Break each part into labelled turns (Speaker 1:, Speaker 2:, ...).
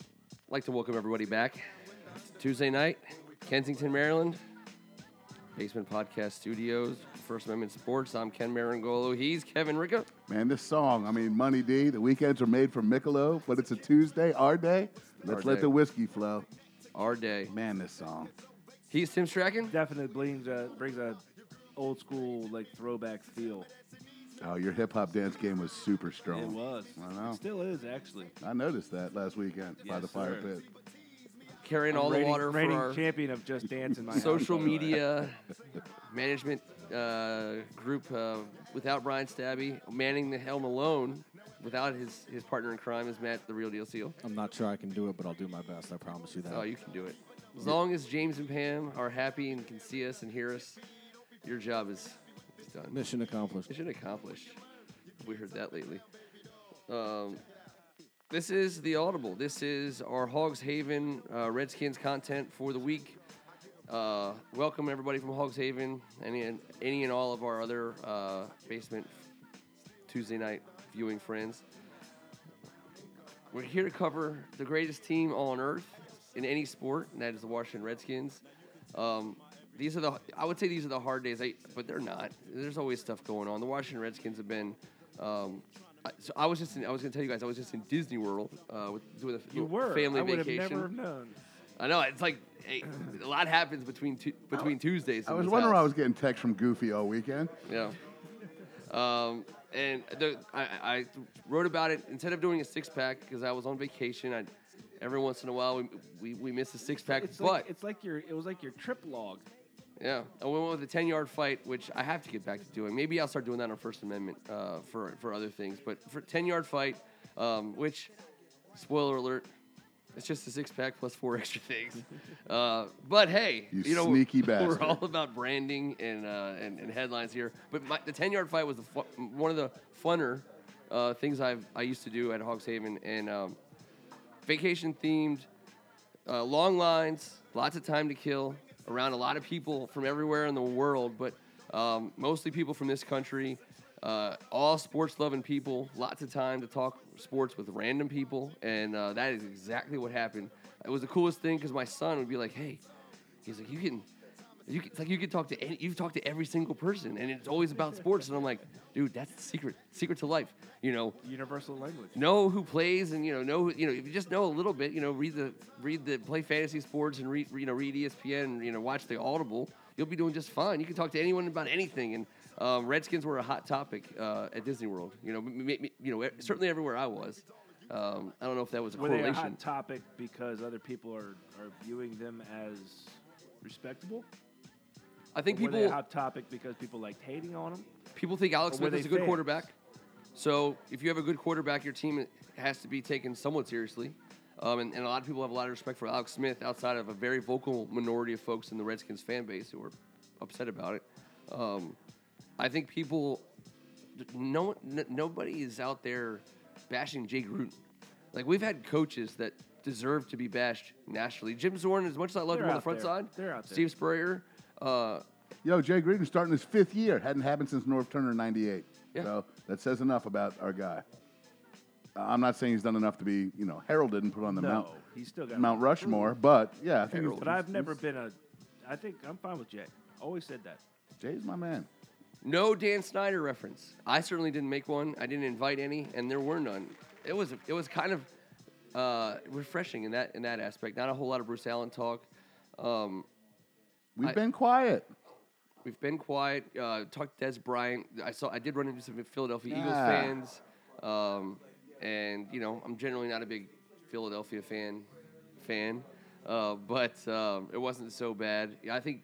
Speaker 1: I'd like to welcome everybody back. Tuesday night, Kensington, Maryland, Basement Podcast Studios, First Amendment Sports. I'm Ken Marangolo. He's Kevin Rico.
Speaker 2: Man, this song, I mean, Money D, the weekends are made for Michelob, but it's a Tuesday, our day. Let's
Speaker 1: Our
Speaker 2: let
Speaker 1: day.
Speaker 2: the whiskey flow.
Speaker 1: Our day.
Speaker 2: Man, this song.
Speaker 1: He's Tim Strachan.
Speaker 3: definitely brings a brings a old school like throwback feel.
Speaker 2: Oh, your hip hop dance game was super strong.
Speaker 3: It was.
Speaker 2: I know.
Speaker 3: It still is actually.
Speaker 2: I noticed that last weekend by
Speaker 3: Yes,
Speaker 2: the fire
Speaker 3: sir.
Speaker 2: pit.
Speaker 1: Carrying all the
Speaker 3: Reigning-
Speaker 1: water for
Speaker 3: reigning
Speaker 1: our
Speaker 3: champion of just dance in my house,
Speaker 1: social
Speaker 3: by the way.
Speaker 1: media management uh, group uh, without Brian Stabby, manning the helm alone without his, his partner in crime is Matt the Real Deal Seal.
Speaker 4: I'm not sure I can do it, but I'll do my best. I promise you that.
Speaker 1: Oh, you can do it. As long as James and Pam are happy and can see us and hear us, your job is, is done.
Speaker 4: Mission accomplished.
Speaker 1: Mission accomplished. We heard that lately. Um, this is the Audible. This is our Hogs Haven uh, Redskins content for the week. Uh, welcome everybody from Hogs Haven any and any and all of our other uh, basement Tuesday night viewing friends. We're here to cover the greatest team on earth in any sport, and that is the Washington Redskins. Um, these are the I would say these are the hard days, I, but they're not. There's always stuff going on. The Washington Redskins have been. Um, I, so I was just in, I was going to tell you guys I was just in Disney World uh, with doing a
Speaker 3: You were.
Speaker 1: family
Speaker 3: I would
Speaker 1: vacation.
Speaker 3: have never known.
Speaker 1: I know it's like hey, a lot happens between tu- between Tuesdays.
Speaker 2: I
Speaker 1: in
Speaker 2: was
Speaker 1: this
Speaker 2: wondering why I
Speaker 1: house.
Speaker 2: was getting texts from Goofy all weekend.
Speaker 1: Yeah. Um, and the, I, I I wrote about it instead of doing a six pack because I was on vacation. I every once in a while we we, we miss a six pack,
Speaker 3: It's
Speaker 1: but
Speaker 3: like it's like your it was like your trip log.
Speaker 1: yeah, I went with a ten yard fight, which I have to get back to doing. Maybe I'll start doing that on First Amendment uh, for for other things, but for ten yard fight, um, which spoiler alert. It's just a six pack plus four extra things, uh, but hey,
Speaker 2: You
Speaker 1: know
Speaker 2: sneaky
Speaker 1: we're,
Speaker 2: bastard.
Speaker 1: we're all about branding and uh, and, and headlines here. But my, the ten yard fight was the fu- one of the funner uh, things I've I used to do at Hogs Haven and um, vacation themed uh, long lines, lots of time to kill, around a lot of people from everywhere in the world, but um, mostly people from this country. Uh, all sports loving people, lots of time to talk sports with random people, and uh, that is exactly what happened. It was the coolest thing because my son would be like, "Hey," he's like, "You can." You can, it's like you could talk to any, you've talked to every single person, and it's always about sports. And I'm like, dude, that's the secret, secret to life. You know,
Speaker 3: Universal language.
Speaker 1: know who plays and you know know who- you know if you just know a little bit you know read the read the play fantasy sports and read you know read E ESPN and you know watch the audible you'll be doing just fine you can talk to anyone about anything and um, Redskins were a hot topic uh, at Disney World you know m- m- m- you know e- certainly everywhere I was um, I don't know if that was a
Speaker 3: Were they a
Speaker 1: correlation
Speaker 3: hot topic because other people are, are viewing them as respectable?
Speaker 1: I think
Speaker 3: Or were they a
Speaker 1: people
Speaker 3: hot topic because people liked hating on them?
Speaker 1: people think Alex
Speaker 3: Or were
Speaker 1: Smith is
Speaker 3: they
Speaker 1: a good
Speaker 3: fans?
Speaker 1: quarterback. So if you have a good quarterback, your team has to be taken somewhat seriously. Um, and, and a lot of people have a lot of respect for Alex Smith outside of a very vocal minority of folks in the Redskins fan base who are upset about it. Um, I think people, no, n- nobody is out there bashing Jay Gruden. Like we've had coaches that deserve to be bashed nationally. Jim Zorn, as much as I love
Speaker 3: They're
Speaker 1: him on the
Speaker 3: out
Speaker 1: front
Speaker 3: there.
Speaker 1: side,
Speaker 3: They're out there.
Speaker 1: Steve Spurrier, uh,
Speaker 2: Yo, Jay Gruden's starting his fifth year. Hadn't happened since North Turner in 98.
Speaker 1: Yeah.
Speaker 2: So that says enough about our guy. I'm not saying he's done enough to be, you know, heralded and put on the
Speaker 3: no,
Speaker 2: Mount,
Speaker 3: he's still got
Speaker 2: Mount Rushmore, but yeah, I think he's-
Speaker 3: But I've never been a. I think I'm fine with Jay. Always said that.
Speaker 2: Jay's my man.
Speaker 1: No Dan Snyder reference. I certainly didn't make one. I didn't invite any, and there were none. It was it was kind of uh, refreshing in that in that aspect. Not a whole lot of Bruce Allen talk. Um,
Speaker 2: We've
Speaker 1: I-
Speaker 2: been quiet.
Speaker 1: we've been quiet. Uh, talked to Des Bryant. I saw I did run into some Philadelphia Eagles
Speaker 2: Yeah.
Speaker 1: fans, um, and you know I'm generally not a big Philadelphia fan fan, uh, but um, it wasn't so bad. I think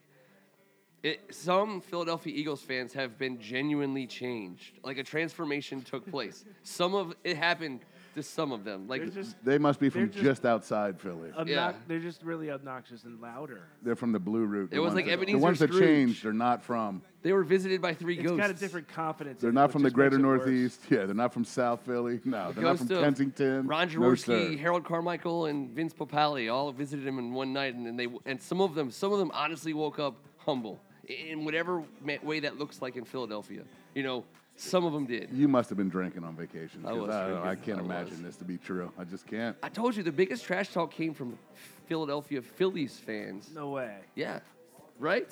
Speaker 1: it, some Philadelphia Eagles fans have been genuinely changed. Like a transformation took place. Some of it happened to some of them. Like
Speaker 3: They're just
Speaker 2: They must be from
Speaker 3: They're
Speaker 2: just,
Speaker 3: just- Uh,
Speaker 2: outside Philly.
Speaker 3: obnox-
Speaker 1: Yeah.
Speaker 3: They're just really obnoxious and louder.
Speaker 2: They're from the Blue Route. the
Speaker 1: It was
Speaker 2: ones
Speaker 1: like
Speaker 2: that-
Speaker 1: Ebenezer
Speaker 2: The ones that
Speaker 1: Scrooge.
Speaker 2: changed, they're not from.
Speaker 1: they were visited by three
Speaker 3: It's
Speaker 1: ghosts.
Speaker 3: got a different confidence.
Speaker 2: They're
Speaker 3: in it,
Speaker 2: not
Speaker 3: which
Speaker 2: from the
Speaker 3: just makes
Speaker 2: greater
Speaker 3: it worse.
Speaker 2: Northeast. Yeah, they're not from South Philly. No, they're not
Speaker 1: Ghost
Speaker 2: from
Speaker 1: of
Speaker 2: Kensington.
Speaker 1: Ron
Speaker 2: No, sir.
Speaker 1: Jaworski, Harold Carmichael, and Vince Papale all visited him in one night, and then they and some of them, some of them honestly woke up humble. in whatever ma- way that looks like in Philadelphia. You know, some of them did.
Speaker 2: You must have been drinking on vacation.
Speaker 1: I
Speaker 2: 'cause
Speaker 1: was
Speaker 2: I, don't know, I
Speaker 1: drinking.
Speaker 2: can't
Speaker 1: I
Speaker 2: imagine
Speaker 1: was.
Speaker 2: this to be true. I just can't.
Speaker 1: I told you the biggest trash talk came from Philadelphia Phillies fans.
Speaker 3: No way.
Speaker 1: Yeah, right?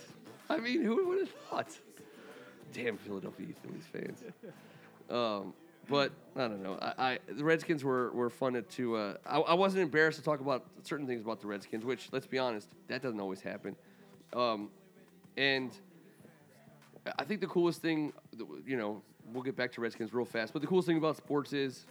Speaker 1: I mean, who would have thought? Damn Philadelphia Phillies fans. Um, but I don't know. I, I the Redskins were were fun to. Uh, I, I wasn't embarrassed to talk about certain things about the Redskins, which let's be honest, that doesn't always happen. Um, and I think the coolest thing, that w- you know, we'll get back to Redskins real fast. But the coolest thing about sports is,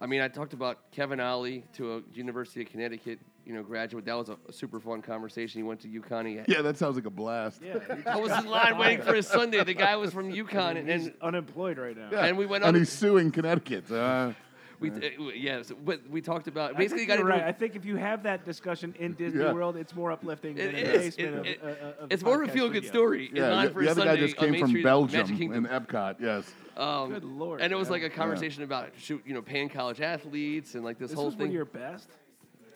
Speaker 1: I mean, I talked about Kevin Ollie to a University of Connecticut, you know, graduate. That was a, a super fun conversation. He went to UConn. He
Speaker 2: Yeah, that sounds like a blast.
Speaker 3: Yeah. you
Speaker 1: I
Speaker 3: just
Speaker 1: was
Speaker 3: got
Speaker 1: in line waiting
Speaker 3: fired.
Speaker 1: for his Sunday. The guy was from UConn, and,
Speaker 3: He's
Speaker 1: and
Speaker 3: unemployed right now.
Speaker 1: and we went
Speaker 2: and
Speaker 1: on-
Speaker 2: he's suing Connecticut. Uh,
Speaker 1: we uh, yes, but we talked about
Speaker 3: I
Speaker 1: basically
Speaker 3: think
Speaker 1: got
Speaker 3: you're
Speaker 1: into
Speaker 3: right.
Speaker 1: a-
Speaker 3: I think if you have that discussion in Disney
Speaker 2: Yeah.
Speaker 3: World, it's more uplifting
Speaker 1: It
Speaker 3: than in the
Speaker 1: is. It-
Speaker 3: basement
Speaker 1: it-
Speaker 3: of, uh, of the
Speaker 1: it's more of a
Speaker 3: podcast
Speaker 1: feel good
Speaker 3: studio.
Speaker 1: story. in
Speaker 2: yeah,
Speaker 1: line
Speaker 2: the,
Speaker 1: for a
Speaker 2: the other
Speaker 1: Sunday
Speaker 2: guy just
Speaker 1: on
Speaker 2: came
Speaker 1: Main
Speaker 2: from
Speaker 1: Street, Magic
Speaker 2: Belgium
Speaker 1: Kingdom.
Speaker 2: in Epcot. Yes.
Speaker 1: Um,
Speaker 3: Good lord,
Speaker 1: And it was
Speaker 3: man.
Speaker 1: like a conversation about shoot, you know, paying college athletes and like this,
Speaker 3: This
Speaker 1: whole
Speaker 3: was
Speaker 1: thing.
Speaker 3: when you're best.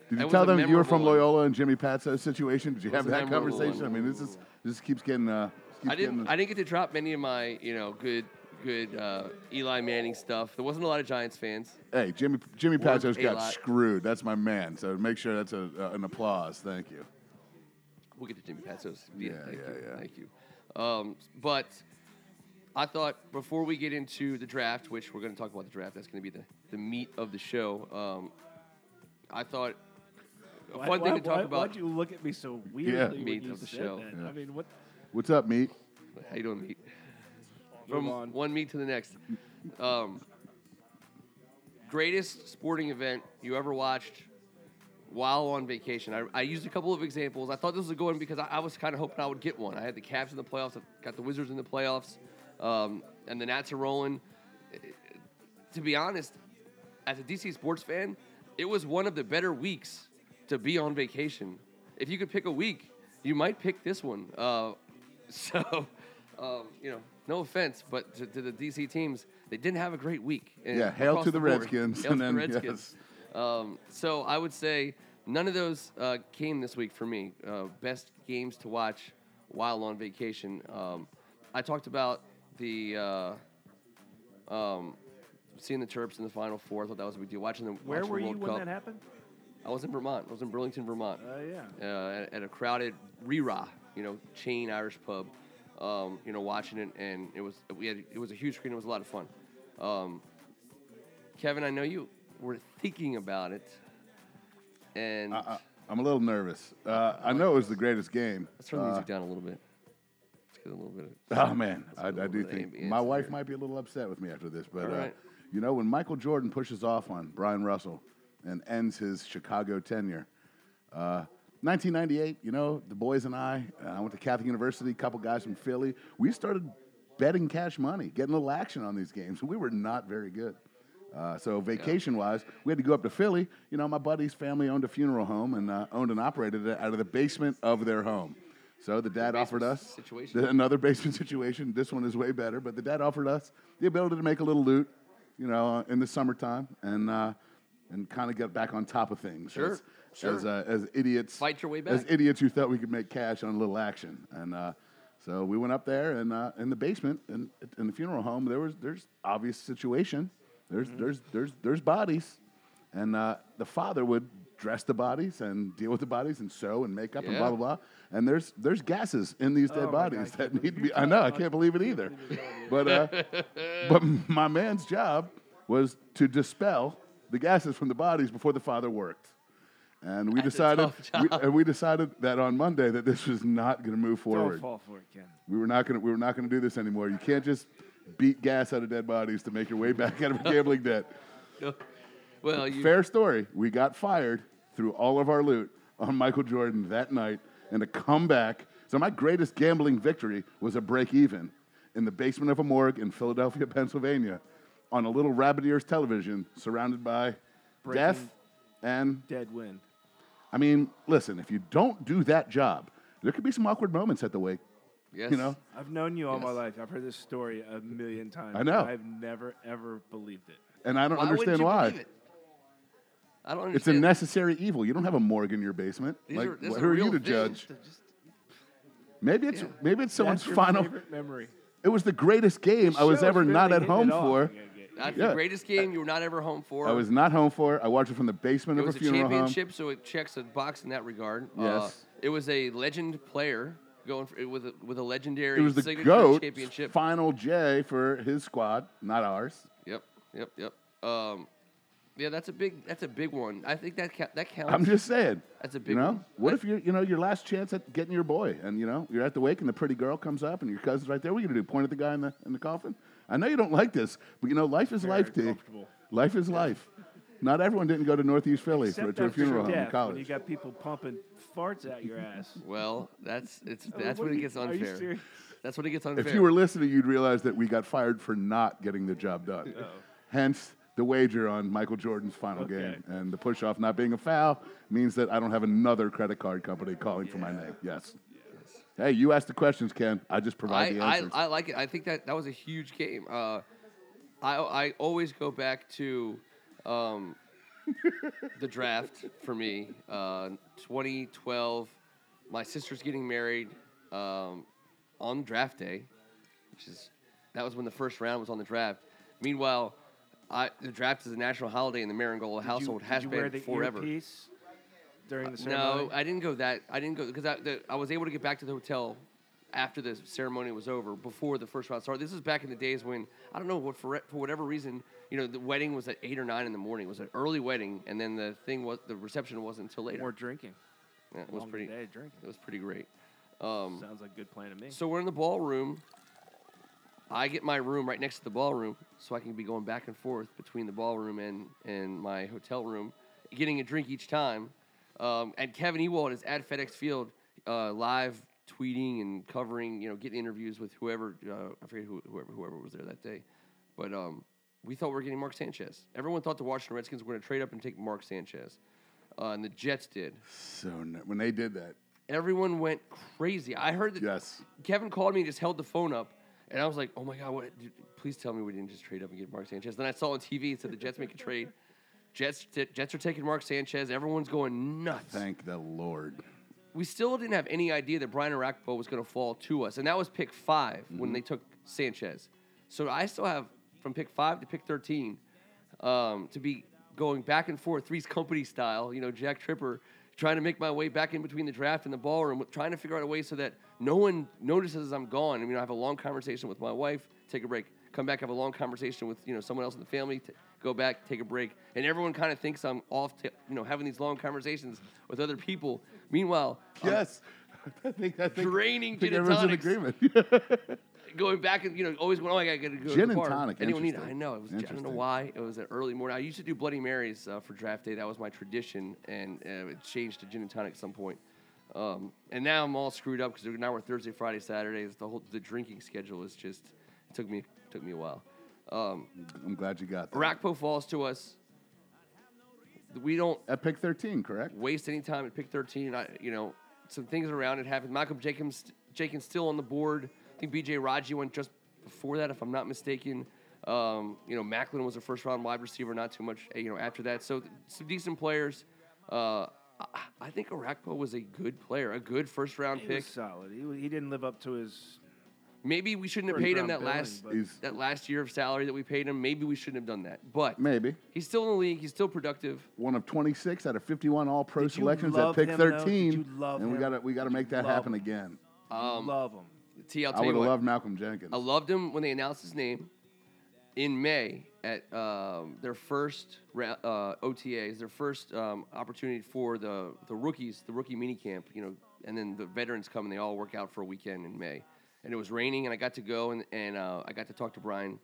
Speaker 2: Did
Speaker 1: That
Speaker 2: you
Speaker 1: was
Speaker 2: tell
Speaker 1: a
Speaker 2: them you were from
Speaker 1: memorable one.
Speaker 2: Loyola and Jimmy Patso situation? Did you
Speaker 1: That
Speaker 2: have
Speaker 1: was a
Speaker 2: that
Speaker 1: memorable
Speaker 2: conversation? I
Speaker 1: one.
Speaker 2: mean, this is this keeps getting. Uh, keeps
Speaker 1: I didn't.
Speaker 2: Getting,
Speaker 1: I didn't get to drop many of my you know good good uh, Eli Manning stuff. There wasn't a lot of Giants fans.
Speaker 2: hey, Jimmy Jimmy
Speaker 1: Worked
Speaker 2: Patso's
Speaker 1: a
Speaker 2: got
Speaker 1: lot.
Speaker 2: screwed. That's my man. So make sure that's a, uh, an applause. Thank you.
Speaker 1: We'll get to Jimmy Patsos.
Speaker 2: Yeah,
Speaker 1: thank
Speaker 2: yeah,
Speaker 1: you.
Speaker 2: yeah.
Speaker 1: Thank you. Um, but I thought before we get into the draft, which we're going to talk about the draft, that's going to be the, the meat of the show. Um, I thought a
Speaker 3: Why-
Speaker 1: fun thing
Speaker 3: why-
Speaker 1: to talk
Speaker 3: why,
Speaker 1: about.
Speaker 3: Why'd you look at me so weirdly
Speaker 1: Meat
Speaker 3: when you
Speaker 1: of the
Speaker 3: said
Speaker 1: show.
Speaker 3: that?
Speaker 2: Yeah.
Speaker 3: I mean, what?
Speaker 2: What's up, meat?
Speaker 1: How you doing, meat? From
Speaker 3: on.
Speaker 1: one meat to the next. Um, greatest sporting event you ever watched while on vacation. I, I used a couple of examples. I thought this was a good one because I, I was kind of hoping I would get one. I had the Cavs in the playoffs. I got the Wizards in the playoffs, um, and the Nats are rolling. Eh, eh, To be honest, as a DC sports fan, it was one of the better weeks to be on vacation. If you could pick a week, you might pick this one. Uh, so, um, you know, no offense, but to, to the DC teams, they didn't have a great week. And
Speaker 2: Yeah, hail
Speaker 1: across
Speaker 2: to the
Speaker 1: board,
Speaker 2: Redskins,
Speaker 1: Hail
Speaker 2: and
Speaker 1: to the
Speaker 2: then,
Speaker 1: Redskins. Um, so I would say none of those uh, came this week for me. Uh, best games to watch while on vacation. Um, I talked about the uh, um, seeing the Terps in the Final Four. I thought that was a big deal. Watching the
Speaker 3: Where
Speaker 1: watching
Speaker 3: were
Speaker 1: the
Speaker 3: you
Speaker 1: World
Speaker 3: when
Speaker 1: Cup.
Speaker 3: that happened?
Speaker 1: I was in Vermont. I was in Burlington, Vermont
Speaker 3: Uh, yeah.
Speaker 1: uh, at, at a crowded Rira, you know, chain Irish pub. Um, you know, watching it, and it was we had it was a huge screen. It was a lot of fun. Um, Kevin, I know you were thinking about it, and
Speaker 2: I, I, I'm a little nervous. Uh, I know it was the greatest game.
Speaker 1: let's turn the
Speaker 2: Uh,
Speaker 1: music down a little bit. Let's get a little bit. Of,
Speaker 2: Oh man, I, I
Speaker 1: go
Speaker 2: do
Speaker 1: with the
Speaker 2: think
Speaker 1: ambience
Speaker 2: my wife
Speaker 1: here.
Speaker 2: might be a little upset with me after this, but
Speaker 1: All
Speaker 2: uh,
Speaker 1: right.
Speaker 2: you know when Michael Jordan pushes off on Brian Russell and ends his Chicago tenure, uh, 1998. You know the boys and I, uh, I went to Catholic University. A couple guys from Philly. We started betting cash money, getting a little action on these games. We were not very good. Uh, so vacation wise, we had to go up to Philly. You know, my buddy's family owned a funeral home and uh, owned and operated it out of the basement of their home. So the dad offered
Speaker 1: basement
Speaker 2: us
Speaker 1: situation.
Speaker 2: the- another basement situation. This one is way better, but the dad offered us the ability to make a little loot, you know, uh, in the summertime and uh, and kind of get back on top of things.
Speaker 1: Sure,
Speaker 2: as,
Speaker 1: sure.
Speaker 2: As, uh, as idiots,
Speaker 1: Fight your way
Speaker 2: As
Speaker 1: back.
Speaker 2: idiots who thought we could make cash on a little action, and uh, so we went up there and uh, in the basement and in the funeral home. There was there's obvious situation. There's
Speaker 1: Mm-hmm.
Speaker 2: there's there's there's bodies, and uh, the father would dress the bodies and deal with the bodies and sew and make up and blah
Speaker 1: Yeah.
Speaker 2: blah blah. And there's there's gases in these
Speaker 3: Oh
Speaker 2: dead
Speaker 3: my God,
Speaker 2: bodies
Speaker 3: I can't
Speaker 2: that need to
Speaker 3: believe
Speaker 2: be. I know I can't believe it either. But uh, but my man's job was to dispel the gases from the bodies before the father worked. And we
Speaker 1: That's a
Speaker 2: decided,
Speaker 1: tough
Speaker 2: we,
Speaker 1: job.
Speaker 2: and we decided that on Monday that this was not going to move
Speaker 3: Don't
Speaker 2: forward.
Speaker 3: fall for it, Ken.
Speaker 2: We were not going to, we were not going to do this anymore. You can't just beat gas out of dead bodies to make your way back out of a gambling debt.
Speaker 1: well, you,
Speaker 2: Fair story. We got fired through all of our loot on Michael Jordan that night and a comeback. So my greatest gambling victory was a break even in the basement of a morgue in Philadelphia, Pennsylvania, on a little rabbit ears television surrounded by
Speaker 3: Breaking-
Speaker 2: death and
Speaker 3: Dead win.
Speaker 2: I mean, listen, if you don't do that job, there could be some awkward moments at the wake.
Speaker 1: yes,
Speaker 2: You know,
Speaker 3: I've known you all my
Speaker 1: Yes.
Speaker 3: life. I've heard this story a million times.
Speaker 2: I know.
Speaker 3: I've never ever believed it.
Speaker 2: and I don't
Speaker 1: Why wouldn't
Speaker 2: understand
Speaker 1: you
Speaker 2: why.
Speaker 1: believe it? I don't
Speaker 2: It's a
Speaker 1: understand.
Speaker 2: necessary evil. You don't have a morgue in your basement.
Speaker 1: These
Speaker 2: like,
Speaker 1: are- these
Speaker 2: wh-
Speaker 1: are
Speaker 2: who are you
Speaker 1: real
Speaker 2: to
Speaker 1: things.
Speaker 2: judge? Maybe it's maybe it's someone's
Speaker 3: That's your
Speaker 2: final.
Speaker 3: favorite memory.
Speaker 2: It was the greatest game I was
Speaker 3: Show's
Speaker 2: ever
Speaker 3: really
Speaker 2: not at
Speaker 3: hitting it
Speaker 2: home
Speaker 3: off.
Speaker 2: for.
Speaker 3: Yeah, yeah, yeah.
Speaker 1: That's
Speaker 2: Yeah.
Speaker 1: the greatest game you were not ever home for.
Speaker 2: I was not home for. I watched it from the basement
Speaker 1: It
Speaker 2: of
Speaker 1: was
Speaker 2: a
Speaker 1: a
Speaker 2: funeral home.
Speaker 1: championship, so it checks a box in that regard. Uh,
Speaker 2: Yes.
Speaker 1: it was a legend player going for, with a, with a legendary
Speaker 2: It was the
Speaker 1: signature
Speaker 2: goat
Speaker 1: championship.
Speaker 2: final J for his squad, not ours.
Speaker 1: Yep, yep, yep. Um, yeah, that's a big that's a big one. I think that ca- that counts.
Speaker 2: I'm just saying.
Speaker 1: That's a big
Speaker 2: You know,
Speaker 1: one.
Speaker 2: what if you're you know your last chance at getting your boy, and you know you're at the wake, and the pretty girl comes up, and your cousin's right there. What are you gonna do? Point at the guy in the in the coffin? I know you don't like this, but you know life is life, Dick.
Speaker 3: uncomfortable.
Speaker 2: Life is life. Not everyone didn't go to Northeast Philly for,
Speaker 3: Except
Speaker 2: to a
Speaker 3: after your
Speaker 2: funeral home in
Speaker 3: death, When you
Speaker 2: college.
Speaker 3: got people pumping farts out your ass.
Speaker 1: well, that's it's
Speaker 3: mean,
Speaker 1: that's
Speaker 3: what
Speaker 1: when
Speaker 3: are
Speaker 1: it
Speaker 3: you-
Speaker 1: gets
Speaker 3: are you
Speaker 1: unfair.
Speaker 3: serious?
Speaker 1: That's when it gets unfair.
Speaker 2: If you were listening, you'd realize that we got fired for not getting the job done.
Speaker 1: Oh.
Speaker 2: Hence the wager on Michael Jordan's final
Speaker 3: Okay.
Speaker 2: game, and the push off not being a foul means that I don't have another credit card company calling for my name. Yes. Hey, you asked the questions, Ken. I just provide the
Speaker 1: I,
Speaker 2: answers.
Speaker 1: I, I like it. I think that that was a huge game. Uh, I, I always go back to um, the draft for me. Uh, 2012, my sister's getting married um, on draft day, which is that was when the first round was on the draft. Meanwhile, I, the draft is a national holiday in the Marangola
Speaker 3: Did you-
Speaker 1: household.
Speaker 3: did
Speaker 1: has
Speaker 3: you
Speaker 1: been
Speaker 3: wear the
Speaker 1: forever. Uh,
Speaker 3: earpiece during the ceremony?
Speaker 1: No, I didn't go that. I didn't go because I, the, I was able to get back to the hotel after the ceremony was over, before the first round started. This was back in the days when I don't know what for, for whatever reason, you know, the wedding was at eight or nine in the morning. It was an early wedding, and then the thing was the reception wasn't until later.
Speaker 3: More drinking.
Speaker 1: Yeah, it was
Speaker 3: Long
Speaker 1: pretty.
Speaker 3: Day drinking.
Speaker 1: It was pretty great. Um,
Speaker 3: Sounds like a good plan to me.
Speaker 1: so we're in the ballroom. I get my room right next to the ballroom, so I can be going back and forth between the ballroom and, and my hotel room, getting a drink each time. Um, and Kevin Ewald is at FedEx Field, uh, live tweeting and covering, you know, getting interviews with whoever uh, I forget who, whoever whoever was there that day. But um, we thought we were getting Mark Sanchez. Everyone thought the Washington Redskins were going to trade up and take Mark Sanchez, uh, and the Jets did.
Speaker 2: so n- when they did that,
Speaker 1: Everyone went crazy. I heard that
Speaker 2: yes,
Speaker 1: Kevin called me and just held the phone up, and I was like, "Oh my god, what? Dude, please tell me we didn't just trade up and get Mark Sanchez." Then I saw on TV it said the Jets make a trade. Jets, Jets are taking Mark Sanchez. Everyone's going nuts.
Speaker 2: thank the Lord.
Speaker 1: We still didn't have any idea that Brian Arakpo was going to fall to us, and that was pick 5 when they took Sanchez. So I still have from pick five to pick thirteen um, to be going back and forth, Three's Company style, you know, Jack Tripper, trying to make my way back in between the draft and the ballroom, trying to figure out a way so that no one notices I'm gone. I mean, I have a long conversation with my wife, take a break, come back, have a long conversation with you know someone else in the family, t- go back, take a break, and everyone kind of thinks I'm off, t- you know, having these long conversations with other people. Meanwhile, I'm
Speaker 2: Yes, I think I think,
Speaker 1: Draining
Speaker 2: I think
Speaker 1: gin and
Speaker 2: everyone's in
Speaker 1: tonics.
Speaker 2: agreement.
Speaker 1: going back and you know always going. Oh, I gotta go. to
Speaker 2: Gin
Speaker 1: the
Speaker 2: and
Speaker 1: bar.
Speaker 2: tonic,
Speaker 1: Anyone need it? I
Speaker 2: interesting.
Speaker 1: know it was. I don't know
Speaker 2: Interesting.
Speaker 1: why it was an early morning. I used to do Bloody Marys uh, for draft day. That was my tradition, and uh, it changed to gin and tonic at some point. Um, and now I'm all screwed up because now we're Thursday, Friday, Saturday. It's the whole the drinking schedule is just it took me took me a while. Um,
Speaker 2: I'm glad you got that.
Speaker 1: Arakpo falls to us. We don't
Speaker 2: At pick 13, correct?
Speaker 1: waste any time at pick 13. I, you know, some things around it happened. Malcolm Jenkins, Jenkins still on the board. I think B.J. Raji went just before that, if I'm not mistaken. Um, you know, Macklin was a first round wide receiver, not too much. eh, You know, after that, so th- some decent players. Uh, I, I think Arakpo was a good player, a good first round
Speaker 3: he
Speaker 1: pick.
Speaker 3: was solid. He, wa- he didn't live up to his.
Speaker 1: Maybe we shouldn't have
Speaker 3: First
Speaker 1: paid him
Speaker 3: round
Speaker 1: that
Speaker 3: billing,
Speaker 1: last
Speaker 3: but-
Speaker 2: He's-
Speaker 1: that last year of salary that we paid him. Maybe we shouldn't have done that. But
Speaker 2: Maybe.
Speaker 1: he's still in the league. He's still productive.
Speaker 2: One of 26 out of 51 All Pro
Speaker 3: Did you
Speaker 2: selections at
Speaker 3: love
Speaker 2: pick
Speaker 3: him, though? Did
Speaker 2: 13,
Speaker 3: you love
Speaker 2: and we
Speaker 3: him?
Speaker 2: got to we got to
Speaker 3: Did you
Speaker 2: make that
Speaker 3: love
Speaker 2: happen
Speaker 3: him?
Speaker 2: again.
Speaker 1: Um,
Speaker 3: love him.
Speaker 1: T, I'll
Speaker 2: I
Speaker 1: tell you
Speaker 2: would have
Speaker 1: what.
Speaker 2: loved Malcolm Jenkins.
Speaker 1: I loved him when they announced his name in May at um, their first ra- uh, OTAs, their first um, opportunity for the, the rookies, the rookie mini camp, you know, and then the veterans come and they all work out for a weekend in May. And it was raining, and I got to go and, and uh, I got to talk to Brian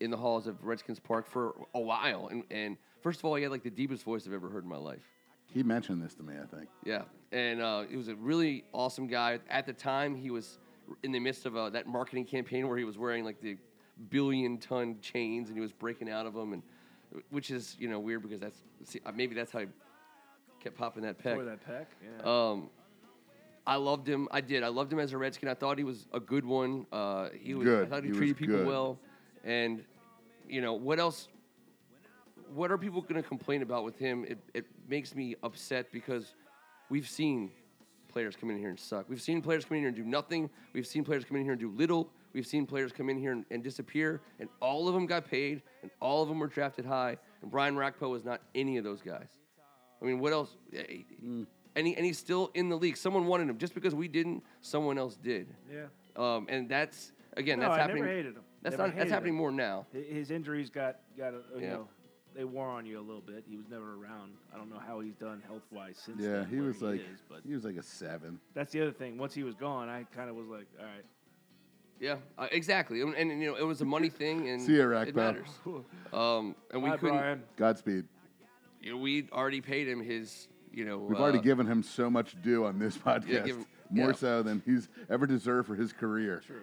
Speaker 1: in the halls of Redskins Park for a while. And, and first of all, he had like the deepest voice I've ever heard in my life.
Speaker 2: He mentioned this to me, I think.
Speaker 1: Yeah, and uh, he was a really awesome guy. At the time, he was in the midst of uh, that marketing campaign where he was wearing like the billion-ton chains, and he was breaking out of them, and which is you know weird because that's see, uh, maybe that's how he kept popping that peg.
Speaker 3: For that pack. Yeah.
Speaker 1: Um, I loved him. I did. I loved him as a Redskin. I thought he was a good one. Uh, he was. I
Speaker 2: Good.
Speaker 1: thought he,
Speaker 2: He was
Speaker 1: treated people
Speaker 2: good.
Speaker 1: well, and you know what else? What are people going to complain about with him? It it makes me upset because we've seen players come in here and suck. We've seen players come in here and do nothing. We've seen players come in here and do little. We've seen players come in here and, and disappear, and all of them got paid, and all of them were drafted high. And Brian Rockpo was not any of those guys. I mean, what else? Eh, eh,
Speaker 3: Mm.
Speaker 1: And, he, and he's still in the league. Someone wanted him. Just because we didn't, someone else did.
Speaker 3: Yeah.
Speaker 1: Um, and that's again,
Speaker 3: No,
Speaker 1: that's
Speaker 3: I never
Speaker 1: happening.
Speaker 3: hated him.
Speaker 1: That's
Speaker 3: Never
Speaker 1: not. That's
Speaker 3: hated
Speaker 1: happening
Speaker 3: him.
Speaker 1: more now.
Speaker 3: Hi- His injuries got got a, you
Speaker 1: Yeah.
Speaker 3: know they wore on you a little bit. He was never around. I don't know how he's done health wise since.
Speaker 2: Yeah,
Speaker 3: then,
Speaker 2: he
Speaker 3: where
Speaker 2: was like
Speaker 3: is, but
Speaker 2: he was like a seven.
Speaker 3: that's the other thing. Once he was gone, I kind of was like, all right,
Speaker 1: Yeah, uh, exactly. And, and, you know, it was a money thing, and
Speaker 2: See ya, Rock
Speaker 1: it
Speaker 2: Bell.
Speaker 1: matters. Um, and we
Speaker 3: bye,
Speaker 1: couldn't.
Speaker 3: Brian.
Speaker 2: Godspeed.
Speaker 1: you know, we already paid him his. You know,
Speaker 2: We've already
Speaker 1: uh,
Speaker 2: given him so much due on this podcast,
Speaker 1: give him-
Speaker 2: more
Speaker 1: yeah.
Speaker 2: so than he's ever deserved for his career.
Speaker 3: True.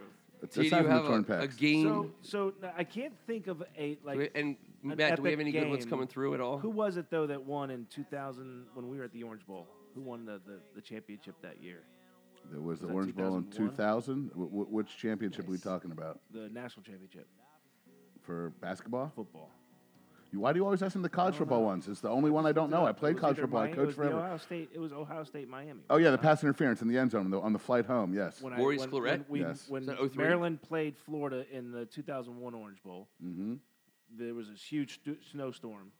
Speaker 1: T, do
Speaker 2: Aside
Speaker 1: you
Speaker 2: from the
Speaker 1: have
Speaker 2: torn
Speaker 1: a, a
Speaker 2: packs.
Speaker 1: game?
Speaker 3: So so n- I can't think of a like.
Speaker 1: and
Speaker 3: an
Speaker 1: Matt, do we have
Speaker 3: epic
Speaker 1: any good ones
Speaker 3: game.
Speaker 1: coming through at all?
Speaker 3: Who was it though that won in 2000 when we were at the Orange Bowl? Who won the, the, the championship that year?
Speaker 2: There was, the
Speaker 3: that
Speaker 2: Orange Bowl in
Speaker 3: 2001?
Speaker 2: 2000. W- w- which championship are we
Speaker 3: Nice.
Speaker 2: talking about
Speaker 3: The national championship
Speaker 2: for basketball?
Speaker 3: football.
Speaker 2: You- Why do you always ask him the college football ones? It's the only one I don't know. I
Speaker 3: It
Speaker 2: played
Speaker 3: was
Speaker 2: college
Speaker 3: either
Speaker 2: football.
Speaker 3: Mi-
Speaker 2: I
Speaker 3: it
Speaker 2: coached
Speaker 3: was the
Speaker 2: forever.
Speaker 3: Ohio State. It was Ohio State Miami.
Speaker 2: Oh yeah, the pass interference in the end zone on the, on the flight home. Yes.
Speaker 3: When
Speaker 1: Maurice
Speaker 3: I, when,
Speaker 1: Claret?
Speaker 3: When, we,
Speaker 2: Yes.
Speaker 3: when
Speaker 1: Is that 03?
Speaker 3: Maryland played Florida in the 2001 Orange Bowl,
Speaker 2: Mm-hmm.
Speaker 3: there was this huge stu- snowstorm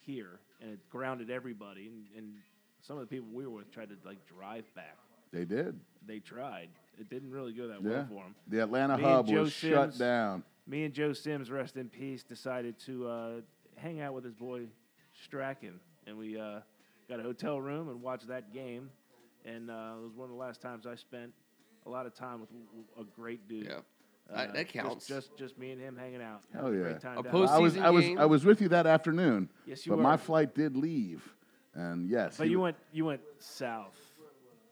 Speaker 3: here, and it grounded everybody. And, and some of the people we were with tried to like drive back.
Speaker 2: They did.
Speaker 3: They tried. It didn't really go that
Speaker 2: Yeah.
Speaker 3: well for them.
Speaker 2: The Atlanta
Speaker 3: Me and
Speaker 2: hub
Speaker 3: Joe
Speaker 2: Uh-huh, was shut
Speaker 3: Sims-
Speaker 2: down.
Speaker 3: Me and Joe Sims, rest in peace, decided to uh, hang out with his boy Strachan, and we uh, got a hotel room and watched that game. And uh, it was one of the last times I spent a lot of time with w- w- a great dude.
Speaker 1: Yeah.
Speaker 3: Uh,
Speaker 1: That- that
Speaker 3: just-
Speaker 1: counts.
Speaker 3: Just, just me and him hanging out.
Speaker 2: Hell
Speaker 3: Having a
Speaker 2: Oh, yeah.
Speaker 3: Great time
Speaker 1: A
Speaker 3: down
Speaker 1: post-
Speaker 3: there.
Speaker 2: I was I was
Speaker 1: game?
Speaker 2: I was with you that afternoon.
Speaker 3: Yes, you
Speaker 2: But my
Speaker 3: were.
Speaker 2: flight did leave, and yes.
Speaker 3: But
Speaker 2: he-
Speaker 3: you went you went south.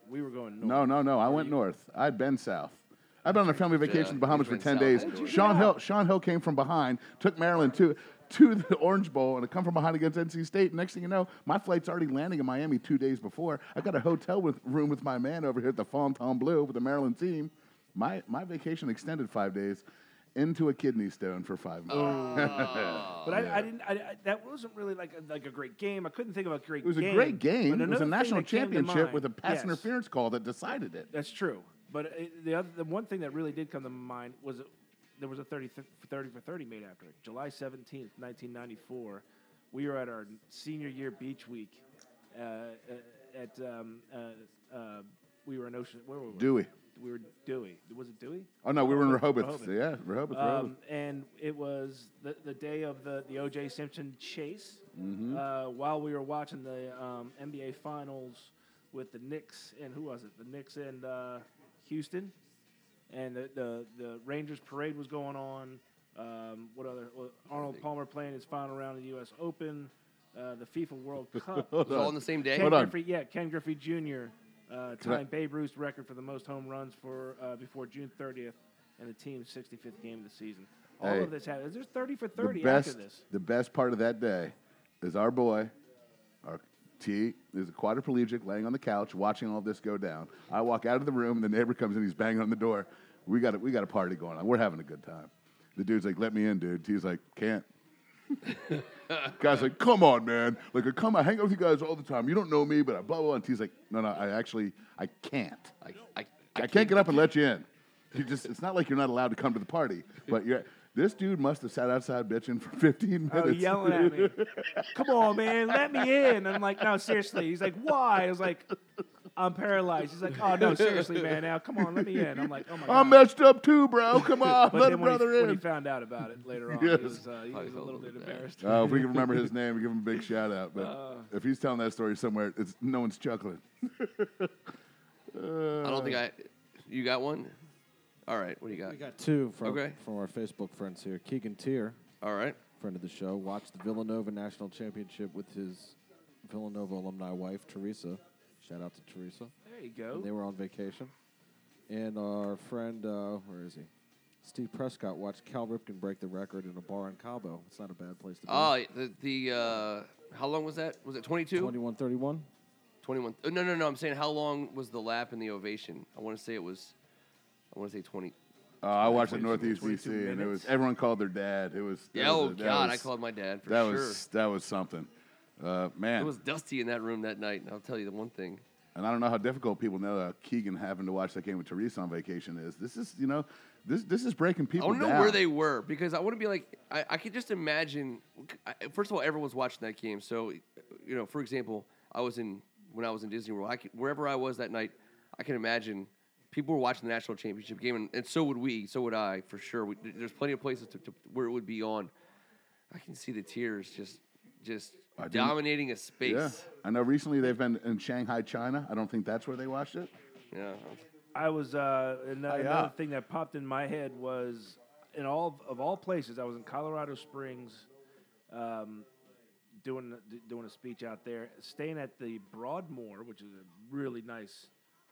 Speaker 3: We were going north.
Speaker 2: No, no, no. I went north. I'd been south. I've been on a family vacation to
Speaker 1: you've
Speaker 2: the Bahamas for
Speaker 1: been
Speaker 2: ten
Speaker 1: south.
Speaker 2: days.
Speaker 1: How'd you get
Speaker 2: Sean
Speaker 3: out?
Speaker 2: Hill, Sean Hill came from behind, took Maryland to to the Orange Bowl, and I come from behind against NC State. Next thing you know, my flight's already landing in Miami two days before. I got a hotel with room with my man over here at the Fontainebleau with the Maryland team. My my vacation extended five days into a kidney stone for five months.
Speaker 3: But
Speaker 1: Oh,
Speaker 3: I, I didn't. I, I, that wasn't really like a, like a great game. I couldn't think of a great.
Speaker 2: it was a great game. It was a national championship with a pass
Speaker 3: interference.
Speaker 2: interference call that decided it.
Speaker 3: That's true. But it, the other, the one thing that really did come to mind was there was a 30, th- 30 for 30 made after it. July 17th, 1994. We were at our senior year beach week uh, uh, at, um, uh, uh, we were in Ocean, where were we?
Speaker 2: Dewey.
Speaker 3: We were Dewey. Was it Dewey?
Speaker 2: Oh no, we were in Rehoboth.
Speaker 3: Rehoboth.
Speaker 2: Yeah, Rehoboth. Rehoboth.
Speaker 3: Um, and it was the, the day of the, the O.J. Simpson chase. Uh, while we were watching the um, NBA Finals with the Knicks and who was it? The Knicks and uh, Houston, and the, the the Rangers parade was going on. Um, what other? well, Arnold Palmer playing his final round of the U.S. Open. Uh, the FIFA World Cup.
Speaker 1: It was all on the same day.
Speaker 3: Ken
Speaker 2: Hold on.
Speaker 3: Griffey, yeah, Ken Griffey Jr. Uh,
Speaker 2: Can I-
Speaker 3: tying Babe Ruth's record for the most home runs for uh, before June 30th, and the team's 65th game of the season. All
Speaker 2: Hey.
Speaker 3: of this happened. There's 30 for 30
Speaker 2: the best,
Speaker 3: after this.
Speaker 2: The best part of that day is our boy, our T, is a quadriplegic laying on the couch watching all this go down. I walk out of the room, the neighbor comes in, he's banging on the door. We got a, we got a party going on. We're having a good time. The dude's like, "Let me in, dude." T's like, "Can't." Guy's like, "Come on, man! Like, I come, I hang out with you guys all the time. You don't know me, but I blah blah." blah." And T's like, "No, no, I actually, I can't."
Speaker 1: I, I,
Speaker 2: I can't get up and let you in. You just it's not like you're not allowed to come to the party, but you're this dude must have sat outside bitching for 15 minutes.
Speaker 3: Oh, yelling at me. Come on, man, let me in. And I'm like, no, seriously. He's like, why? I was like, I'm paralyzed. He's like, oh, no, seriously, man. Now, come on, let me in. I'm like, oh, my God.
Speaker 2: I'm messed up too, bro. Come on,
Speaker 3: but
Speaker 2: let a
Speaker 3: then when he,
Speaker 2: brother
Speaker 3: when he
Speaker 2: in.
Speaker 3: found out about it later on,
Speaker 2: Yes.
Speaker 3: he was, uh,
Speaker 1: Probably
Speaker 3: he was a
Speaker 1: felt a
Speaker 3: little
Speaker 1: little
Speaker 3: bit
Speaker 1: bad.
Speaker 3: embarrassed.
Speaker 2: Oh, if we can remember his name, we give him a big shout out. But if he's telling that story somewhere, it's no one's chuckling.
Speaker 1: I don't think I. You got one. All right. What do you got?
Speaker 4: We got two from,
Speaker 1: Okay.
Speaker 4: from our Facebook friends here. Keegan Tier,
Speaker 1: All right.
Speaker 4: friend of the show, watched the Villanova National Championship with his Villanova alumni wife, Teresa. Shout out to Teresa.
Speaker 3: There you
Speaker 4: And
Speaker 3: go.
Speaker 4: They were on vacation. And our friend, uh, where is he? Steve Prescott watched Cal Ripken break the record in a bar in Cabo. It's not a bad place to be.
Speaker 1: Oh, the the uh, how long was that? Was it 22?
Speaker 4: 21 31.
Speaker 1: 21. Oh, no, no, no. I'm saying how long was the lap in the ovation? I want to say it was. I want to say 20.
Speaker 2: Uh, I watched the Northeast
Speaker 3: 22
Speaker 2: DC, and it was
Speaker 3: minutes.
Speaker 2: everyone called their dad. It was that
Speaker 1: Yeah,
Speaker 2: was
Speaker 1: oh
Speaker 2: a- that
Speaker 1: God, I
Speaker 2: was-
Speaker 1: called my dad for
Speaker 2: that
Speaker 1: sure.
Speaker 2: was that was something, uh, man.
Speaker 1: it was dusty in that room that night. I'll tell you the one thing.
Speaker 2: And I don't know how difficult people know that Keegan having to watch that game with Teresa on vacation is. This is, you know, this this is breaking
Speaker 1: I
Speaker 2: people
Speaker 1: want to know
Speaker 2: down.
Speaker 1: where they were because I want to be like I, I could just imagine. I, first of all, everyone's watching that game, so you know. For example, I was in when I was in Disney World. I could, wherever I was that night, I can imagine people were watching the national championship game, and, and so would we. So would I for sure. We, there's plenty of places to, to where it would be on. I can see the tears just just
Speaker 2: didn't-
Speaker 1: dominating a space.
Speaker 2: Yeah, I know. Recently, they've been in Shanghai, China. I don't think that's where they watched it.
Speaker 1: Yeah.
Speaker 3: I was uh, and
Speaker 2: Hi-ya.
Speaker 3: another thing that popped in my head was in all of all places. I was in Colorado Springs, um, doing d- doing a speech out there, staying at the Broadmoor, which is a really nice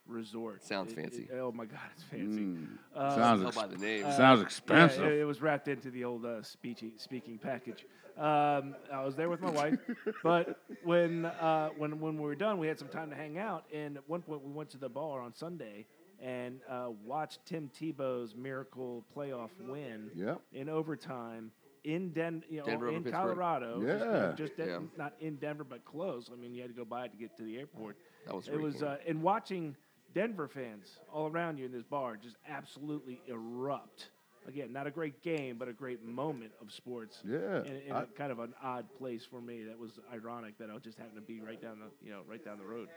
Speaker 3: resort.
Speaker 1: Sounds
Speaker 3: It- it-
Speaker 1: fancy.
Speaker 3: oh my God, it's fancy. Uh,
Speaker 2: sounds
Speaker 1: Tell
Speaker 2: ex-
Speaker 1: by the name.
Speaker 2: sounds
Speaker 3: yeah,
Speaker 2: expensive.
Speaker 3: it, it was wrapped into the old uh, speechy, speaking package. Um, I was there with my wife, but when uh, when when we were done, we had some time to hang out. And at one point, we went to the bar on Sunday and uh, watched Tim Tebow's miracle playoff win
Speaker 2: Yep.
Speaker 3: in overtime in Den- you know,
Speaker 1: Denver over
Speaker 3: in
Speaker 1: Pittsburgh.
Speaker 3: Colorado. Just,
Speaker 2: Yeah.
Speaker 3: just Den-
Speaker 1: Yeah.
Speaker 3: not in Denver, but close. I mean, you had to go by it to get to the airport.
Speaker 1: That was a
Speaker 3: it
Speaker 1: great
Speaker 3: was
Speaker 1: game.
Speaker 3: uh, and watching Denver fans all around you in this bar just absolutely erupt. Again, not a great game, but a great moment of sports.
Speaker 2: Yeah,
Speaker 3: in, in
Speaker 2: I-
Speaker 3: a kind of an odd place for me. That was ironic that I just happened to be right down the you know right down the road.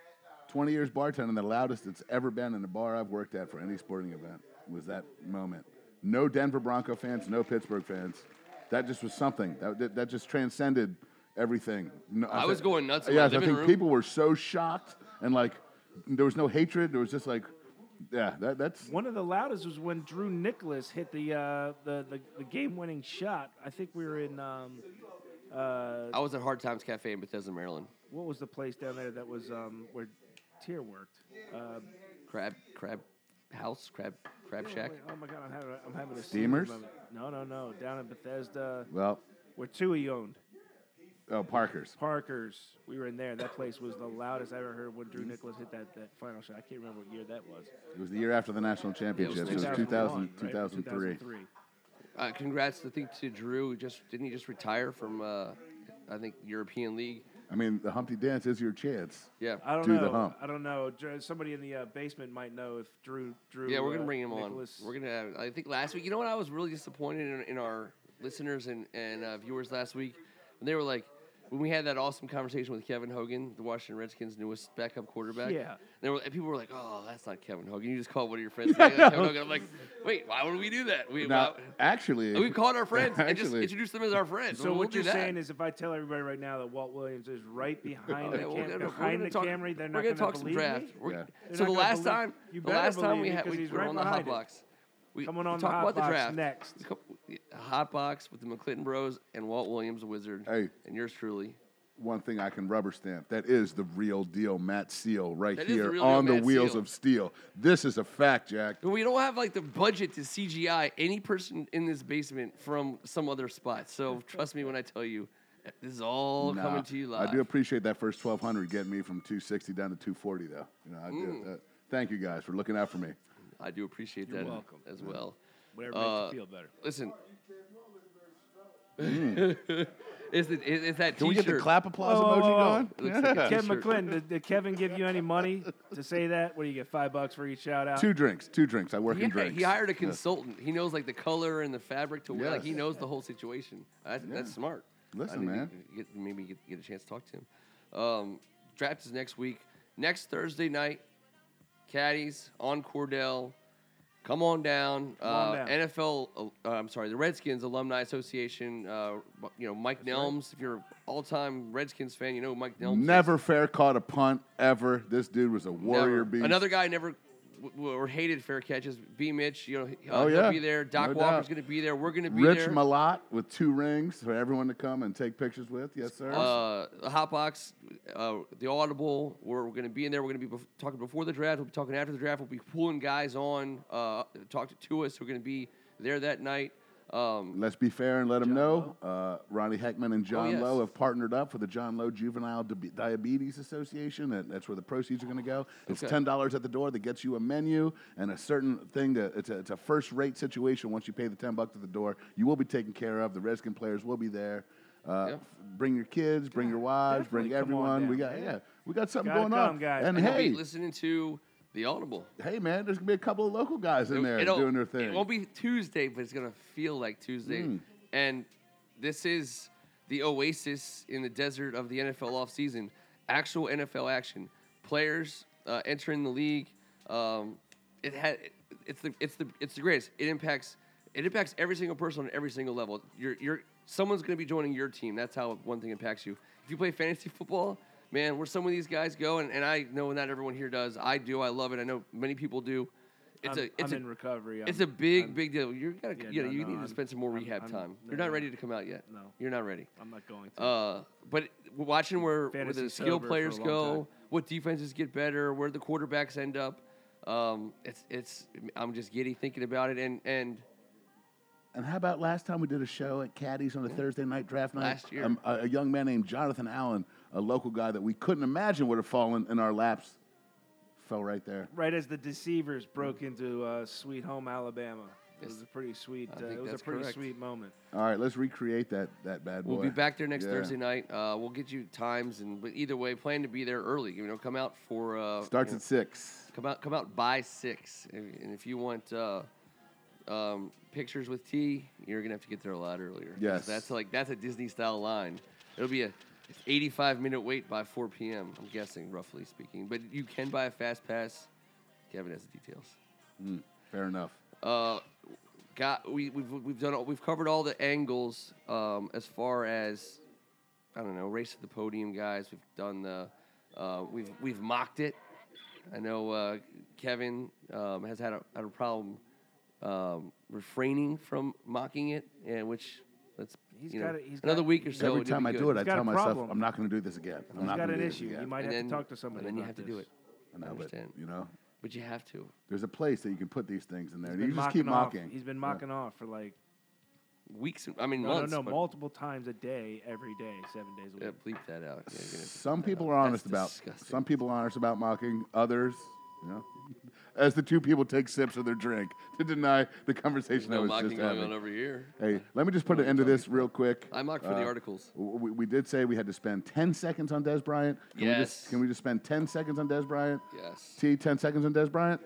Speaker 2: 20 years bartending, the loudest it's ever been in a bar I've worked at for any sporting event was that moment. No Denver Bronco fans, no Pittsburgh fans. That just was something. That, that, that just transcended everything. No,
Speaker 1: I was going nuts in my
Speaker 2: Yes, I
Speaker 1: living
Speaker 2: think
Speaker 1: room.
Speaker 2: people were so shocked and like there was no hatred. There was just like, yeah, that, that's
Speaker 3: One of the loudest was when Drew Nicholas hit the uh, the, the the game-winning shot. I think we were in um, uh,
Speaker 1: I was at Hard Times Cafe in Bethesda, Maryland.
Speaker 3: what was the place down there that was um, where Tier worked? Uh,
Speaker 1: Crab Crab House Crab Crab Shack.
Speaker 3: Oh my God, I'm having a, I'm having a
Speaker 2: Steamers?
Speaker 3: seizure moment. No, no, no. Down in Bethesda,
Speaker 2: well,
Speaker 3: where Tui owned
Speaker 2: oh, Parker's.
Speaker 3: Parker's. We were in there. That place was the loudest I ever heard when Drew Nicholas hit that, that final shot. I can't remember what year that was.
Speaker 2: It was the year after the national championship. so it was 2000,
Speaker 3: 2001, right?
Speaker 2: 2003.
Speaker 3: 2003.
Speaker 1: Uh, congrats, I think, to Drew. who Just didn't he just retire from, uh, I think, European League?
Speaker 2: I mean, the Humpty Dance is your chance.
Speaker 1: Yeah.
Speaker 3: I don't
Speaker 2: Do the
Speaker 3: know.
Speaker 2: hump.
Speaker 3: I don't know. Dr- Somebody in the uh, basement might know if Drew. Drew.
Speaker 1: yeah, we're gonna
Speaker 3: uh,
Speaker 1: bring him
Speaker 3: Nicholas-
Speaker 1: on. We're gonna. Have, I think last week. You know what? I was really disappointed in, in our listeners and and uh, viewers last week when they were like, when we had that awesome conversation with Kevin Hogan, the Washington Redskins' newest backup quarterback.
Speaker 3: Yeah.
Speaker 1: There were and people were like, "Oh, that's not Kevin Hogan. You just called one of your friends." like, "That's Kevin Hogan." I'm like, "Wait, why would we do that? We
Speaker 2: Now,
Speaker 1: why-
Speaker 2: actually,
Speaker 1: we called our friends and just
Speaker 2: Actually-
Speaker 1: introduced them as our friends."
Speaker 3: So
Speaker 1: We'll
Speaker 3: what
Speaker 1: do
Speaker 3: you're
Speaker 1: that.
Speaker 3: saying is, if I tell everybody right now that Walt Williams is right behind the,
Speaker 1: Yeah, we're gonna-
Speaker 3: cam-
Speaker 1: we're
Speaker 3: behind
Speaker 1: gonna
Speaker 3: the
Speaker 1: talk-
Speaker 3: camera, they're
Speaker 1: we're gonna
Speaker 3: not going to
Speaker 1: talk some
Speaker 3: believe
Speaker 1: draft.
Speaker 3: me.
Speaker 1: We're-
Speaker 2: Yeah.
Speaker 3: They're
Speaker 1: So
Speaker 3: not
Speaker 1: the
Speaker 3: gonna
Speaker 1: last
Speaker 3: believe-
Speaker 1: time,
Speaker 3: you
Speaker 1: the
Speaker 3: better
Speaker 1: last time
Speaker 3: believe
Speaker 1: we
Speaker 3: me,
Speaker 1: had,
Speaker 3: 'cause
Speaker 1: we,
Speaker 3: he's
Speaker 1: we were
Speaker 3: right
Speaker 1: on the hot
Speaker 3: behind it.
Speaker 1: box. We
Speaker 3: Coming
Speaker 1: we
Speaker 3: on the
Speaker 1: talked
Speaker 3: Hot
Speaker 1: about the
Speaker 3: Box
Speaker 1: draft
Speaker 3: next.
Speaker 1: Co- Hot box with the McClinton Bros and Walt Williams, the Wizard,
Speaker 2: Hey.
Speaker 1: and yours truly.
Speaker 2: one thing I can rubber stamp. That is the real deal, Matt Seal, right
Speaker 1: That is the
Speaker 2: here
Speaker 1: real deal,
Speaker 2: on the
Speaker 1: Matt
Speaker 2: wheels
Speaker 1: Seal.
Speaker 2: of steel. This is a fact, Jack.
Speaker 1: But we don't have like the budget to CGI any person in this basement from some other spot. So trust me when I tell you, this is all
Speaker 2: Nah,
Speaker 1: coming to you live.
Speaker 2: I do appreciate that first 1200 getting me from 260 down to 240, though. You know, I do.
Speaker 1: Mm.
Speaker 2: that- thank you guys for looking out for me.
Speaker 1: I do appreciate
Speaker 3: You're
Speaker 1: that
Speaker 3: welcome.
Speaker 1: as well.
Speaker 3: Whatever
Speaker 1: Uh,
Speaker 3: makes you feel better.
Speaker 1: Listen. it's, the, it- it's that
Speaker 2: Mm. Can we
Speaker 1: t-shirt.
Speaker 2: get the clap applause
Speaker 3: Whoa,
Speaker 2: emoji
Speaker 3: whoa, whoa.
Speaker 2: going?
Speaker 1: It looks like a
Speaker 3: Kevin
Speaker 1: t-shirt.
Speaker 3: McClinton, did, did Kevin give you any money to say that? What do you get? Five bucks for each shout out.
Speaker 2: Two drinks, two drinks. I work
Speaker 1: Yeah,
Speaker 2: in drinks.
Speaker 1: he hired a consultant. He knows like the color and the fabric to wear. Like he
Speaker 2: Yes.
Speaker 1: knows the whole situation. That's, that's smart.
Speaker 2: Listen,
Speaker 1: I need to
Speaker 2: man.
Speaker 1: Get, maybe get, get a chance to talk to him. Um, draft is next week. Next Thursday night, Caddies on Cordell. Come on down.
Speaker 3: on
Speaker 1: uh,
Speaker 3: down.
Speaker 1: NFL. Uh, I'm sorry, the Redskins Alumni Association. Uh, you know Mike Nelms. If you're an all-time Redskins fan, you know Mike Nelms. is-
Speaker 2: Never fair caught a punt ever. This dude was a warrior
Speaker 1: Never.
Speaker 2: beast.
Speaker 1: Another guy never w- w- or hated fair catches. B. Mitch, you know, he- uh,
Speaker 2: Oh,
Speaker 1: he'll
Speaker 2: yeah.
Speaker 1: be there. Doc
Speaker 2: No
Speaker 1: Walker's
Speaker 2: doubt.
Speaker 1: going to be there. We're going to be
Speaker 2: Rich
Speaker 1: there.
Speaker 2: Malott with two rings for everyone to come and take pictures with. Yes, sir.
Speaker 1: uh, the Hotbox, uh, the Audible. We're, we're going to be in there. We're going to be bef- talking before the draft. We'll be talking after the draft. We'll be pulling guys on, uh, talk to, to us. We're going to be there that night. Um,
Speaker 2: Let's be fair and let them know. Uh, Ronnie Heckman and John
Speaker 1: Oh, yes.
Speaker 2: Lowe have partnered up for the John Lowe Juvenile Dib- Diabetes Association, and that's where the proceeds are going to go. It's
Speaker 1: Okay.
Speaker 2: ten dollars at the door that gets you a menu and a certain thing. To, it's a, it's a first rate situation. Once you pay the ten bucks at the door, you will be taken care of. The Redskin players will be there. Uh,
Speaker 1: Yeah.
Speaker 2: f- Bring your kids, bring your wives, bring
Speaker 3: Definitely come on
Speaker 2: everyone. We
Speaker 3: down,
Speaker 2: got yeah.
Speaker 3: yeah.
Speaker 2: We got something
Speaker 3: Gotta
Speaker 2: going
Speaker 3: come,
Speaker 2: on,
Speaker 3: guys.
Speaker 2: And
Speaker 3: And
Speaker 1: We'll be
Speaker 2: hey,
Speaker 1: listening to the Audible.
Speaker 2: hey, man, there's gonna be a couple of local guys in there
Speaker 1: It'll-
Speaker 2: doing their thing.
Speaker 1: It won't be Tuesday, but it's gonna feel like Tuesday. And this is the oasis in the desert of the NFL offseason. Actual NFL action. Players uh, entering the league. Um, it had. It's the. It's the. It's the greatest. It impacts. It impacts every single person on every single level. You're. You're. Someone's gonna be joining your team. That's how one thing impacts you. If you play fantasy football, man, where some of these guys go, and, and I know not everyone here does. I do. I love it. I know many people do. It's
Speaker 3: I'm,
Speaker 1: a. It's
Speaker 3: I'm
Speaker 1: a,
Speaker 3: in recovery.
Speaker 1: it's a
Speaker 3: I'm-
Speaker 1: big,
Speaker 3: I'm-
Speaker 1: big deal. You're gotta,
Speaker 3: Yeah,
Speaker 1: you, know,
Speaker 3: no,
Speaker 1: you
Speaker 3: no,
Speaker 1: need to
Speaker 3: I'm-
Speaker 1: spend some more
Speaker 3: I'm-
Speaker 1: rehab
Speaker 3: I'm-
Speaker 1: time.
Speaker 3: no,
Speaker 1: You're not
Speaker 3: no.
Speaker 1: ready to come out yet.
Speaker 3: No.
Speaker 1: you're not ready.
Speaker 3: I'm not going to.
Speaker 1: Uh, but watching where, where
Speaker 3: Fantasy
Speaker 1: the skill
Speaker 3: sober for a
Speaker 1: players
Speaker 3: long
Speaker 1: go,
Speaker 3: time.
Speaker 1: what defenses get better, where the quarterbacks end up, um, it's it's. I'm just giddy thinking about it. And and
Speaker 2: And how about last time we did a show at Caddy's on a Thursday night draft night?
Speaker 1: Last year.
Speaker 2: Um, a, a young man named Jonathan Allen, a local guy that we couldn't imagine would have fallen in our laps, fell right there.
Speaker 3: right as the deceivers broke into uh, Sweet Home Alabama. It was a pretty sweet. Uh,
Speaker 1: think
Speaker 3: it was a
Speaker 1: that's
Speaker 3: pretty
Speaker 1: correct.
Speaker 3: sweet moment.
Speaker 2: All right, let's recreate that that bad boy.
Speaker 1: we'll be back there next
Speaker 2: Yeah.
Speaker 1: Thursday night. Uh, we'll get you times and but either way, plan to be there early. You know, come out for uh,
Speaker 2: Starts
Speaker 1: you know,
Speaker 2: at six.
Speaker 1: Come out, come out by six, and and if you want uh, um, pictures with T, you're gonna have to get there a lot earlier. 'Cause
Speaker 2: Yes.
Speaker 1: that's like that's a Disney style line. It'll be a 85 minute wait by 4 p.m. I'm guessing, roughly speaking. But you can buy a fast pass. Kevin has the details.
Speaker 2: Fair enough.
Speaker 1: Uh, got we we've we've done all, we've covered all the angles um, as far as I don't know race to the podium guys. We've done the uh, we've we've mocked it. I know uh, Kevin um, has had a, had a problem um, refraining from mocking it, and which that's
Speaker 3: He's
Speaker 1: you know,
Speaker 3: gotta- he's
Speaker 1: another
Speaker 3: got-
Speaker 1: week or so.
Speaker 2: Every
Speaker 1: and you'll
Speaker 2: time
Speaker 1: be
Speaker 2: I do
Speaker 1: good.
Speaker 2: it, I
Speaker 3: got
Speaker 2: tell
Speaker 3: a
Speaker 2: myself
Speaker 3: problem.
Speaker 2: I'm not going to do this again. I'm
Speaker 3: He's
Speaker 2: not
Speaker 3: got
Speaker 2: gonna
Speaker 3: an
Speaker 2: do this
Speaker 3: issue. You
Speaker 2: again.
Speaker 1: And
Speaker 3: might have
Speaker 1: then-
Speaker 3: to talk to somebody.
Speaker 1: and then you
Speaker 3: about
Speaker 1: have to
Speaker 3: this.
Speaker 1: do it,
Speaker 2: I know, but
Speaker 1: understand.
Speaker 2: you know,
Speaker 1: but you have to.
Speaker 2: there's a place that you can put these things in there.
Speaker 3: He's
Speaker 2: You
Speaker 3: been
Speaker 2: just keep
Speaker 3: off.
Speaker 2: mocking.
Speaker 3: He's been
Speaker 2: Yeah.
Speaker 3: mocking off for like
Speaker 1: Weeks, I mean
Speaker 3: no,
Speaker 1: months.
Speaker 3: no, no,
Speaker 1: but-
Speaker 3: multiple times a day, every day, seven days a week.
Speaker 1: Yeah, bleep that out. Yeah, you're gonna-
Speaker 2: Some people
Speaker 1: uh,
Speaker 2: are honest
Speaker 1: that's
Speaker 2: about.
Speaker 1: disgusting.
Speaker 2: Some people are honest about mocking others. You know, as the two people take sips of their drink to deny the conversation
Speaker 1: no
Speaker 2: that was
Speaker 1: mocking
Speaker 2: just
Speaker 1: going on
Speaker 2: having.
Speaker 1: over here.
Speaker 2: Hey, let me just put an end to this real quick.
Speaker 1: I mocked
Speaker 2: Uh,
Speaker 1: for the articles.
Speaker 2: w- We, we did say we had to spend 10 seconds on Des Bryant. Can We
Speaker 1: Yes.
Speaker 2: just, can we just spend 10 seconds on Des Bryant?
Speaker 1: Yes.
Speaker 2: T, 10 seconds on Des Bryant?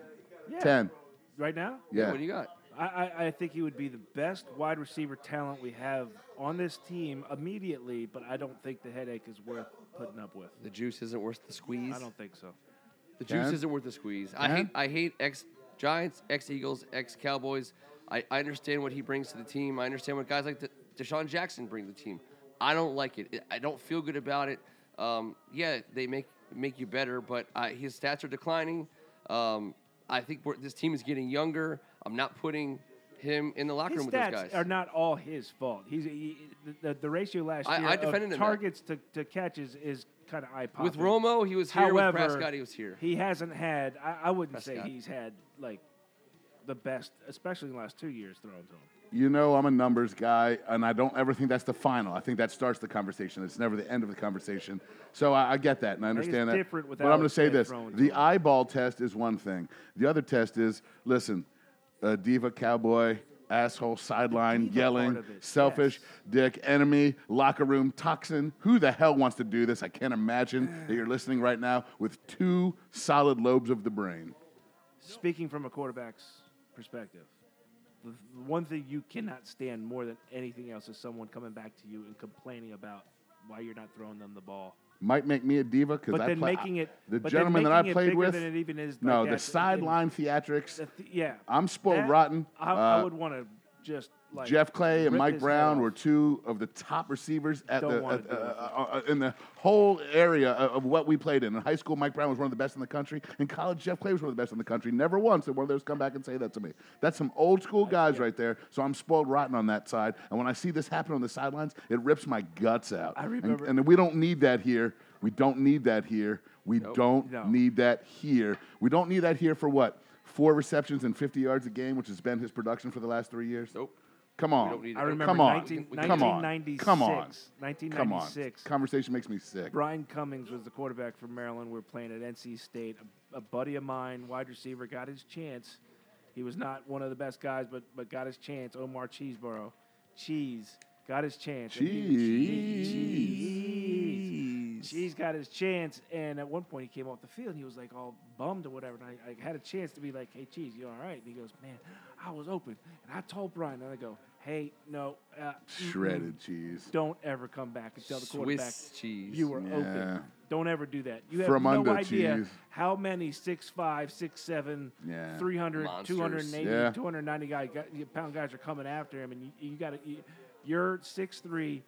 Speaker 3: Yeah.
Speaker 2: 10.
Speaker 3: Right now,
Speaker 2: Yeah.
Speaker 1: What do you got?
Speaker 3: I, I, I think he would be the best wide receiver talent we have on this team immediately, but I don't think the headache is worth putting up with.
Speaker 1: The juice isn't worth the squeeze.
Speaker 3: I don't think so.
Speaker 1: the juice
Speaker 2: Ken?
Speaker 1: isn't worth the squeeze. I
Speaker 2: Ken?
Speaker 1: hate I hate ex Giants, ex Eagles, ex Cowboys. I, I understand what he brings to the team. I understand what guys like De- Deshaun Jackson bring to the team. I don't like it. I- I don't feel good about it. Um, yeah, they make make you better, but I, his stats are declining. Um, I think we're, this team is getting younger. I'm not putting him in the locker
Speaker 3: His
Speaker 1: room with those
Speaker 3: stats
Speaker 1: guys.
Speaker 3: are not all his fault. He's he, the, the ratio last
Speaker 1: I-
Speaker 3: year
Speaker 1: I defended him
Speaker 3: of
Speaker 1: that.
Speaker 3: targets to, to catches is kind of eye popping.
Speaker 1: with Romo, he was here.
Speaker 3: However,
Speaker 1: with Prescott, he was here.
Speaker 3: He hasn't had. I, I wouldn't
Speaker 1: Prescott.
Speaker 3: say he's had like the best, especially in the last two years thrown to him.
Speaker 2: You know, I'm a numbers guy, and I don't ever think that's the final. I think that starts the conversation. It's never the end of the conversation. So I, I get that, and I
Speaker 3: think it's
Speaker 2: understand that.
Speaker 3: different with
Speaker 2: but I'm going to
Speaker 3: Alex
Speaker 2: say
Speaker 3: Smith
Speaker 2: this
Speaker 3: throwing to
Speaker 2: the
Speaker 3: him.
Speaker 2: eyeball test is one thing, the other test is listen, uh, diva, cowboy, asshole, sideline,
Speaker 3: diva
Speaker 2: yelling,
Speaker 3: part of it,
Speaker 2: selfish,
Speaker 3: yes.
Speaker 2: dick, enemy, locker room, toxin. Who the hell wants to do this? I can't imagine that
Speaker 3: Mm.
Speaker 2: you're listening right now with two solid lobes of the brain.
Speaker 3: Speaking from a quarterback's perspective, the the one thing you cannot stand more than anything else is someone coming back to you and complaining about why you're not throwing them the ball.
Speaker 2: might make me a diva because
Speaker 3: But
Speaker 2: I
Speaker 3: then
Speaker 2: play,
Speaker 3: making it-
Speaker 2: the
Speaker 3: but then
Speaker 2: gentleman that I
Speaker 3: making it
Speaker 2: played
Speaker 3: bigger
Speaker 2: with.
Speaker 3: than it even is, like
Speaker 2: no, the
Speaker 3: that's-
Speaker 2: sideline theatrics.
Speaker 3: The th- yeah,
Speaker 2: I'm spoiled
Speaker 3: That-
Speaker 2: rotten.
Speaker 3: I, I
Speaker 2: Uh,
Speaker 3: would want to just like
Speaker 2: Jeff Clay and
Speaker 3: rip
Speaker 2: Mike
Speaker 3: his
Speaker 2: Brown
Speaker 3: head
Speaker 2: were
Speaker 3: off.
Speaker 2: two of the top receivers at
Speaker 3: Don't
Speaker 2: the
Speaker 3: wanna
Speaker 2: at,
Speaker 3: do
Speaker 2: uh,
Speaker 3: it.
Speaker 2: uh, uh, in the whole area of, of what we played in. In high school, Mike Brown was one of the best in the country. In college, Jeff Clay was one of the best in the country. Never once did one of those come back and say that to me. That's some old school guys right there. So I'm spoiled rotten on that side. And when I see this happen on the sidelines, it rips my guts out.
Speaker 3: I
Speaker 2: And-
Speaker 3: remember-
Speaker 2: and we don't need that here. We don't need that here. We don't
Speaker 3: No.
Speaker 2: need that here. We don't need that here for what? Four receptions and 50 yards a game, which has been his production for the last three years.
Speaker 1: Nope.
Speaker 2: Come on.
Speaker 1: don't need
Speaker 3: I
Speaker 1: it.
Speaker 3: remember
Speaker 2: Come on.
Speaker 3: 19,
Speaker 1: We can-
Speaker 2: Come on.
Speaker 3: 1996.
Speaker 2: Come on. Come on.
Speaker 3: 1996.
Speaker 2: Conversation makes me sick.
Speaker 3: Brian Cummings was the quarterback for Maryland. We were playing at NC State. A, a buddy of mine, wide receiver, got his chance. He was not one of the best guys, but but got his chance. Omar Cheeseboro, Cheese got his chance. and he-
Speaker 2: Cheese.
Speaker 3: Cheese. She's got his chance, and at one point he came off the field and he was like all bummed or whatever. And I, I had a chance to be like, "Hey, Cheese, you all right?" And he goes, "Man, I was open." And I told Brian, and I go, "Hey, no, uh, mm-mm.
Speaker 2: Shredded cheese.
Speaker 3: don't ever come back and tell the quarterback
Speaker 1: Swiss cheese.
Speaker 3: you were
Speaker 2: Yeah.
Speaker 3: open. Don't ever do that. You have
Speaker 2: From
Speaker 3: no
Speaker 2: under
Speaker 3: idea
Speaker 2: cheese.
Speaker 3: how many 6'5", 6'7",
Speaker 2: Yeah.
Speaker 3: 300,
Speaker 1: Monsters.
Speaker 3: 280,
Speaker 2: Yeah.
Speaker 3: 290 guy, guy- pound guys are coming after him. And you, you got to – your 6'3",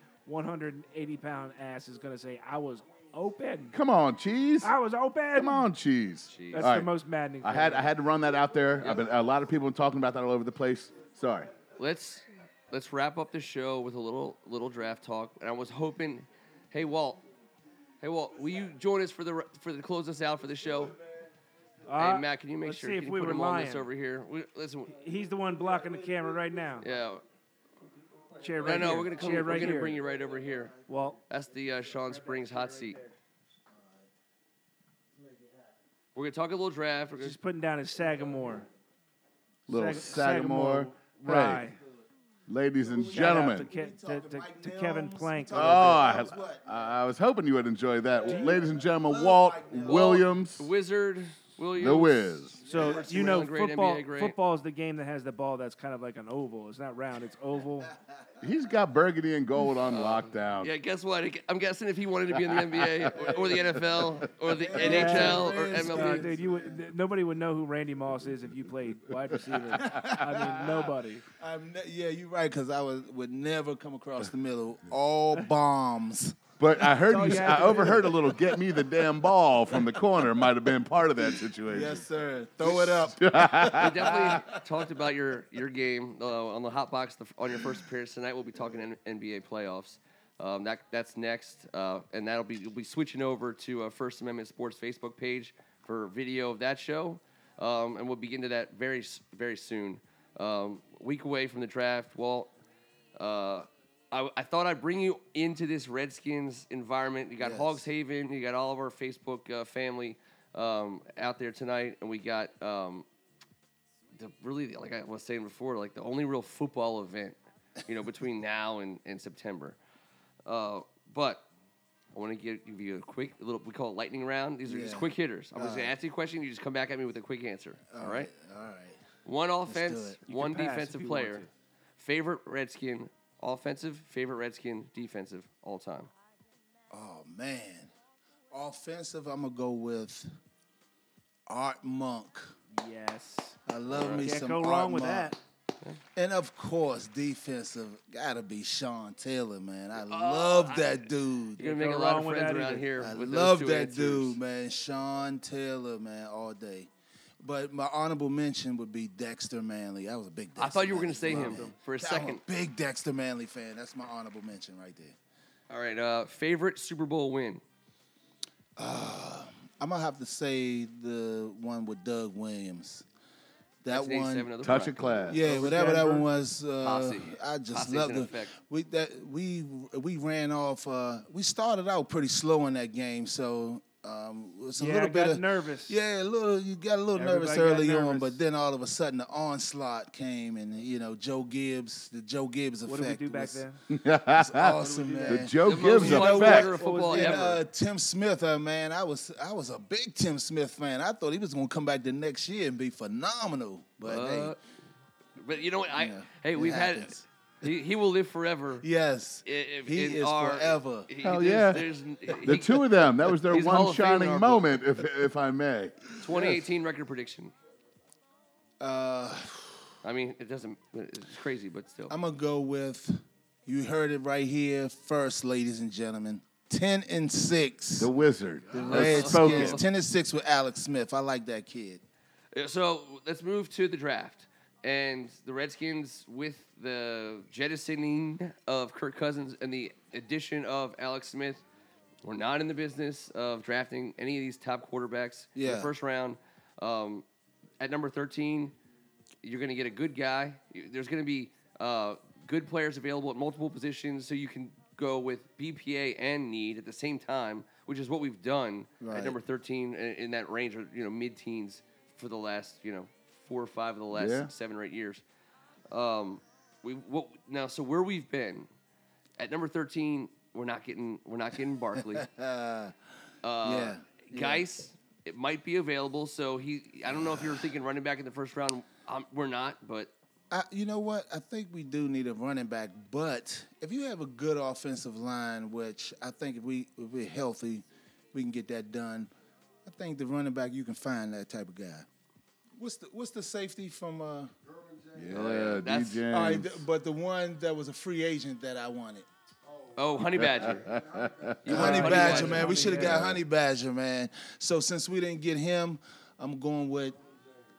Speaker 3: 180-pound ass is going to say, I was open.
Speaker 2: Come on, cheese.
Speaker 3: I was open.
Speaker 2: Come on, cheese.
Speaker 1: Cheese.
Speaker 3: That's
Speaker 2: All
Speaker 3: the
Speaker 2: right.
Speaker 3: most maddening
Speaker 2: I
Speaker 3: thing.
Speaker 2: had I had to run that out there. I've been, a lot of people have been talking about that all over the place. Sorry.
Speaker 1: let's let's wrap up the show with a little little draft talk. And I was hoping, hey Walt, hey Walt, will you join us for the for the close us out for the show?
Speaker 3: Uh,
Speaker 1: hey Matt, can you make
Speaker 3: let's
Speaker 1: sure
Speaker 3: see
Speaker 1: can
Speaker 3: if
Speaker 1: you
Speaker 3: we
Speaker 1: put
Speaker 3: were
Speaker 1: him on
Speaker 3: lying.
Speaker 1: this over here? We, listen,
Speaker 3: He's the one blocking the camera right now.
Speaker 1: yeah,
Speaker 3: Chair
Speaker 1: no,
Speaker 3: right
Speaker 1: no,
Speaker 3: here.
Speaker 1: we're gonna come,
Speaker 3: Chair
Speaker 1: we're
Speaker 3: right
Speaker 1: gonna
Speaker 3: here.
Speaker 1: bring you right over here.
Speaker 3: Well,
Speaker 1: That's the uh, Sean Springs hot seat. We're gonna talk a little draft. We're gonna
Speaker 3: just putting down his Sagamore.
Speaker 2: Little
Speaker 3: Sag-
Speaker 2: Sagamore. Hey,
Speaker 3: Rye.
Speaker 2: ladies and
Speaker 3: Shout
Speaker 2: gentlemen.
Speaker 3: out To, Ke- to, to, to Kevin Plank.
Speaker 2: Oh, I, I was hoping you would enjoy that. Ladies and gentlemen, Walt Williams,
Speaker 1: Wizard Williams.
Speaker 2: the Wiz.
Speaker 3: So you know,
Speaker 1: Great NBA,
Speaker 3: football.
Speaker 1: great.
Speaker 3: Football is the game that has the ball that's kind of like an oval. It's not round. It's oval. Uh,
Speaker 2: He's got burgundy and gold on lockdown.
Speaker 1: Yeah, guess what? I'm guessing if he wanted to be in the NBA or, or the NFL or the NHL or
Speaker 5: Redskins.
Speaker 3: Uh,
Speaker 1: MLB,
Speaker 3: dude, you would, th- nobody would know who Randy Moss is if you played wide receiver. I mean, nobody.
Speaker 5: I'm ne- yeah, you're right, because I was, would never come across the middle. All bombs.
Speaker 2: But I heard you,
Speaker 3: you have
Speaker 2: I
Speaker 3: to do.
Speaker 2: overheard a little "get me the damn ball" from the corner might have been part of that situation.
Speaker 5: Yes, sir. Throw it up.
Speaker 1: We definitely talked about your your game uh, on the hot box the, on your first appearance tonight. We'll be talking N- NBA playoffs. Um, that that's next, uh, and that'll be you'll be switching over to uh, First Amendment Sports Facebook page for video of that show, um, and we'll be getting to that very s- very soon. Um, week away from the draft, Walt. Uh, I, I thought I'd bring you into this Redskins environment. You got
Speaker 5: Yes.
Speaker 1: Hogs Haven, you got all of our Facebook uh, family um, out there tonight, and we got um, the really like I was saying before, like the only real football event, you know, between now and, and September. Uh, but I want to give, give you a quick little we call it lightning round. These are just
Speaker 5: Yeah.
Speaker 1: quick hitters. I'm just gonna
Speaker 5: Alright.
Speaker 1: ask you a question. You just come back at me with a quick answer. all right.
Speaker 5: All right.
Speaker 1: One
Speaker 5: do
Speaker 1: offense,
Speaker 5: it.
Speaker 3: You
Speaker 1: one
Speaker 3: can pass if
Speaker 1: defensive
Speaker 3: you want
Speaker 1: player,
Speaker 3: to.
Speaker 1: favorite Redskin, offensive, favorite Redskin, defensive, all time.
Speaker 5: Oh man. Offensive, I'm gonna go with Art Monk.
Speaker 3: Yes.
Speaker 5: I love me
Speaker 3: Can't
Speaker 5: some
Speaker 3: go
Speaker 5: Art
Speaker 3: wrong with
Speaker 5: Monk.
Speaker 3: that.
Speaker 5: And of course, defensive gotta be Sean Taylor, man.
Speaker 1: Oh,
Speaker 5: I love that dude.
Speaker 1: You're gonna
Speaker 3: Can't
Speaker 1: make a
Speaker 3: go
Speaker 1: lot of
Speaker 3: wrong with
Speaker 1: friends
Speaker 3: that
Speaker 1: around
Speaker 3: either.
Speaker 1: here.
Speaker 5: I
Speaker 1: with those
Speaker 5: love
Speaker 1: two
Speaker 5: that
Speaker 1: answers.
Speaker 5: dude, man. Sean Taylor, man, all day. But my honorable mention would be Dexter Manley. I was a big. Dexter
Speaker 1: I thought you were
Speaker 5: Manley
Speaker 1: gonna say
Speaker 5: fan.
Speaker 1: him for a
Speaker 5: I'm
Speaker 1: second.
Speaker 5: big Dexter Manley fan. That's my honorable mention right there.
Speaker 1: All right, uh, favorite Super Bowl win.
Speaker 5: I'm gonna have to say the one with Doug Williams. That
Speaker 1: 1987
Speaker 5: one,
Speaker 1: of the
Speaker 2: Touch
Speaker 1: Broncos.
Speaker 2: a class.
Speaker 5: yeah, whatever that
Speaker 3: Denver.
Speaker 5: one was. Uh,
Speaker 1: Posse.
Speaker 5: I just
Speaker 1: Posse's
Speaker 5: loved
Speaker 1: in
Speaker 5: it.
Speaker 1: effect.
Speaker 5: We that we we ran off. Uh, we started out pretty slow in that game, so um, it was a
Speaker 3: Yeah,
Speaker 5: little
Speaker 3: I
Speaker 5: bit
Speaker 3: got
Speaker 5: of
Speaker 3: nervous.
Speaker 5: Yeah, a little. You got a little nervous
Speaker 3: Everybody
Speaker 5: early
Speaker 3: got
Speaker 5: on,
Speaker 3: nervous.
Speaker 5: but then all of a sudden the onslaught came, and you know Joe Gibbs, the Joe Gibbs effect.
Speaker 3: What did we do back
Speaker 5: was,
Speaker 3: then?
Speaker 5: was awesome,
Speaker 2: The
Speaker 5: man.
Speaker 2: Joe
Speaker 1: The most
Speaker 2: Gibbs
Speaker 5: you
Speaker 1: fun
Speaker 5: know
Speaker 2: effect.
Speaker 1: quarter of
Speaker 5: what?
Speaker 1: football
Speaker 5: And,
Speaker 1: ever.
Speaker 5: uh, Tim Smith, uh, man, I was I was a big Tim Smith fan. I thought he was gonna come back the next year and be phenomenal, but hey,
Speaker 1: Uh, but you know what? I
Speaker 5: Yeah,
Speaker 1: hey,
Speaker 5: it
Speaker 1: we've
Speaker 5: happens.
Speaker 1: had he, he will live forever.
Speaker 5: yes,
Speaker 1: i- If,
Speaker 5: he
Speaker 1: in
Speaker 5: is
Speaker 1: our,
Speaker 5: forever.
Speaker 1: he-
Speaker 2: Hell
Speaker 1: there's-
Speaker 2: yeah.
Speaker 1: there's-
Speaker 2: The
Speaker 1: he-
Speaker 2: two of them. That was their
Speaker 1: He's Hall
Speaker 2: one
Speaker 1: of Fame in
Speaker 2: shining
Speaker 1: our
Speaker 2: moment, if if I may.
Speaker 1: 2018 record prediction.
Speaker 5: Uh,
Speaker 1: I mean, it doesn't. It's crazy, but still.
Speaker 5: I'm gonna go with you heard it right here first, ladies and gentlemen. Ten and six.
Speaker 2: The Wizard.
Speaker 5: Redskins.
Speaker 2: Spoken.
Speaker 5: Ten and six with Alex Smith. I like that kid.
Speaker 1: Uh, So let's move to the draft. And the Redskins, with the jettisoning of Kirk Cousins and the addition of Alex Smith, we're not in the business of drafting any of these top quarterbacks in the
Speaker 5: Yeah.
Speaker 1: first round. Um, at number 13, you're going to get a good guy. You- There's going to be uh, good players available at multiple positions, so you can go with BPA and need at the same time, which is what we've done at
Speaker 5: Right.
Speaker 1: number 13 in, in that range or you know mid-teens for the last you know four or five of the last
Speaker 2: Yeah.
Speaker 1: seven or eight years. Um, we what, now so where we've been at number 13 We're not getting we're not getting Barkley. Uh,
Speaker 5: yeah.
Speaker 1: Geis, it might be available. So he, I don't know if you were thinking running back in the first round. Um, we're not, but
Speaker 5: I, you know what? I think we do need a running back, but if you have a good offensive line, which I think if we if we're healthy, we can get that done. I think the running back you can find that type of guy. What's the what's the safety from? Uh, all
Speaker 2: Yeah,
Speaker 1: That's-
Speaker 2: D. James.
Speaker 5: right, th- but the one that was a free agent that I wanted.
Speaker 1: oh, Honey Badger. you want
Speaker 5: Honey, Badger, man. We
Speaker 3: Honey
Speaker 5: should have got Honey Badger, man. So since we didn't get him, I'm going with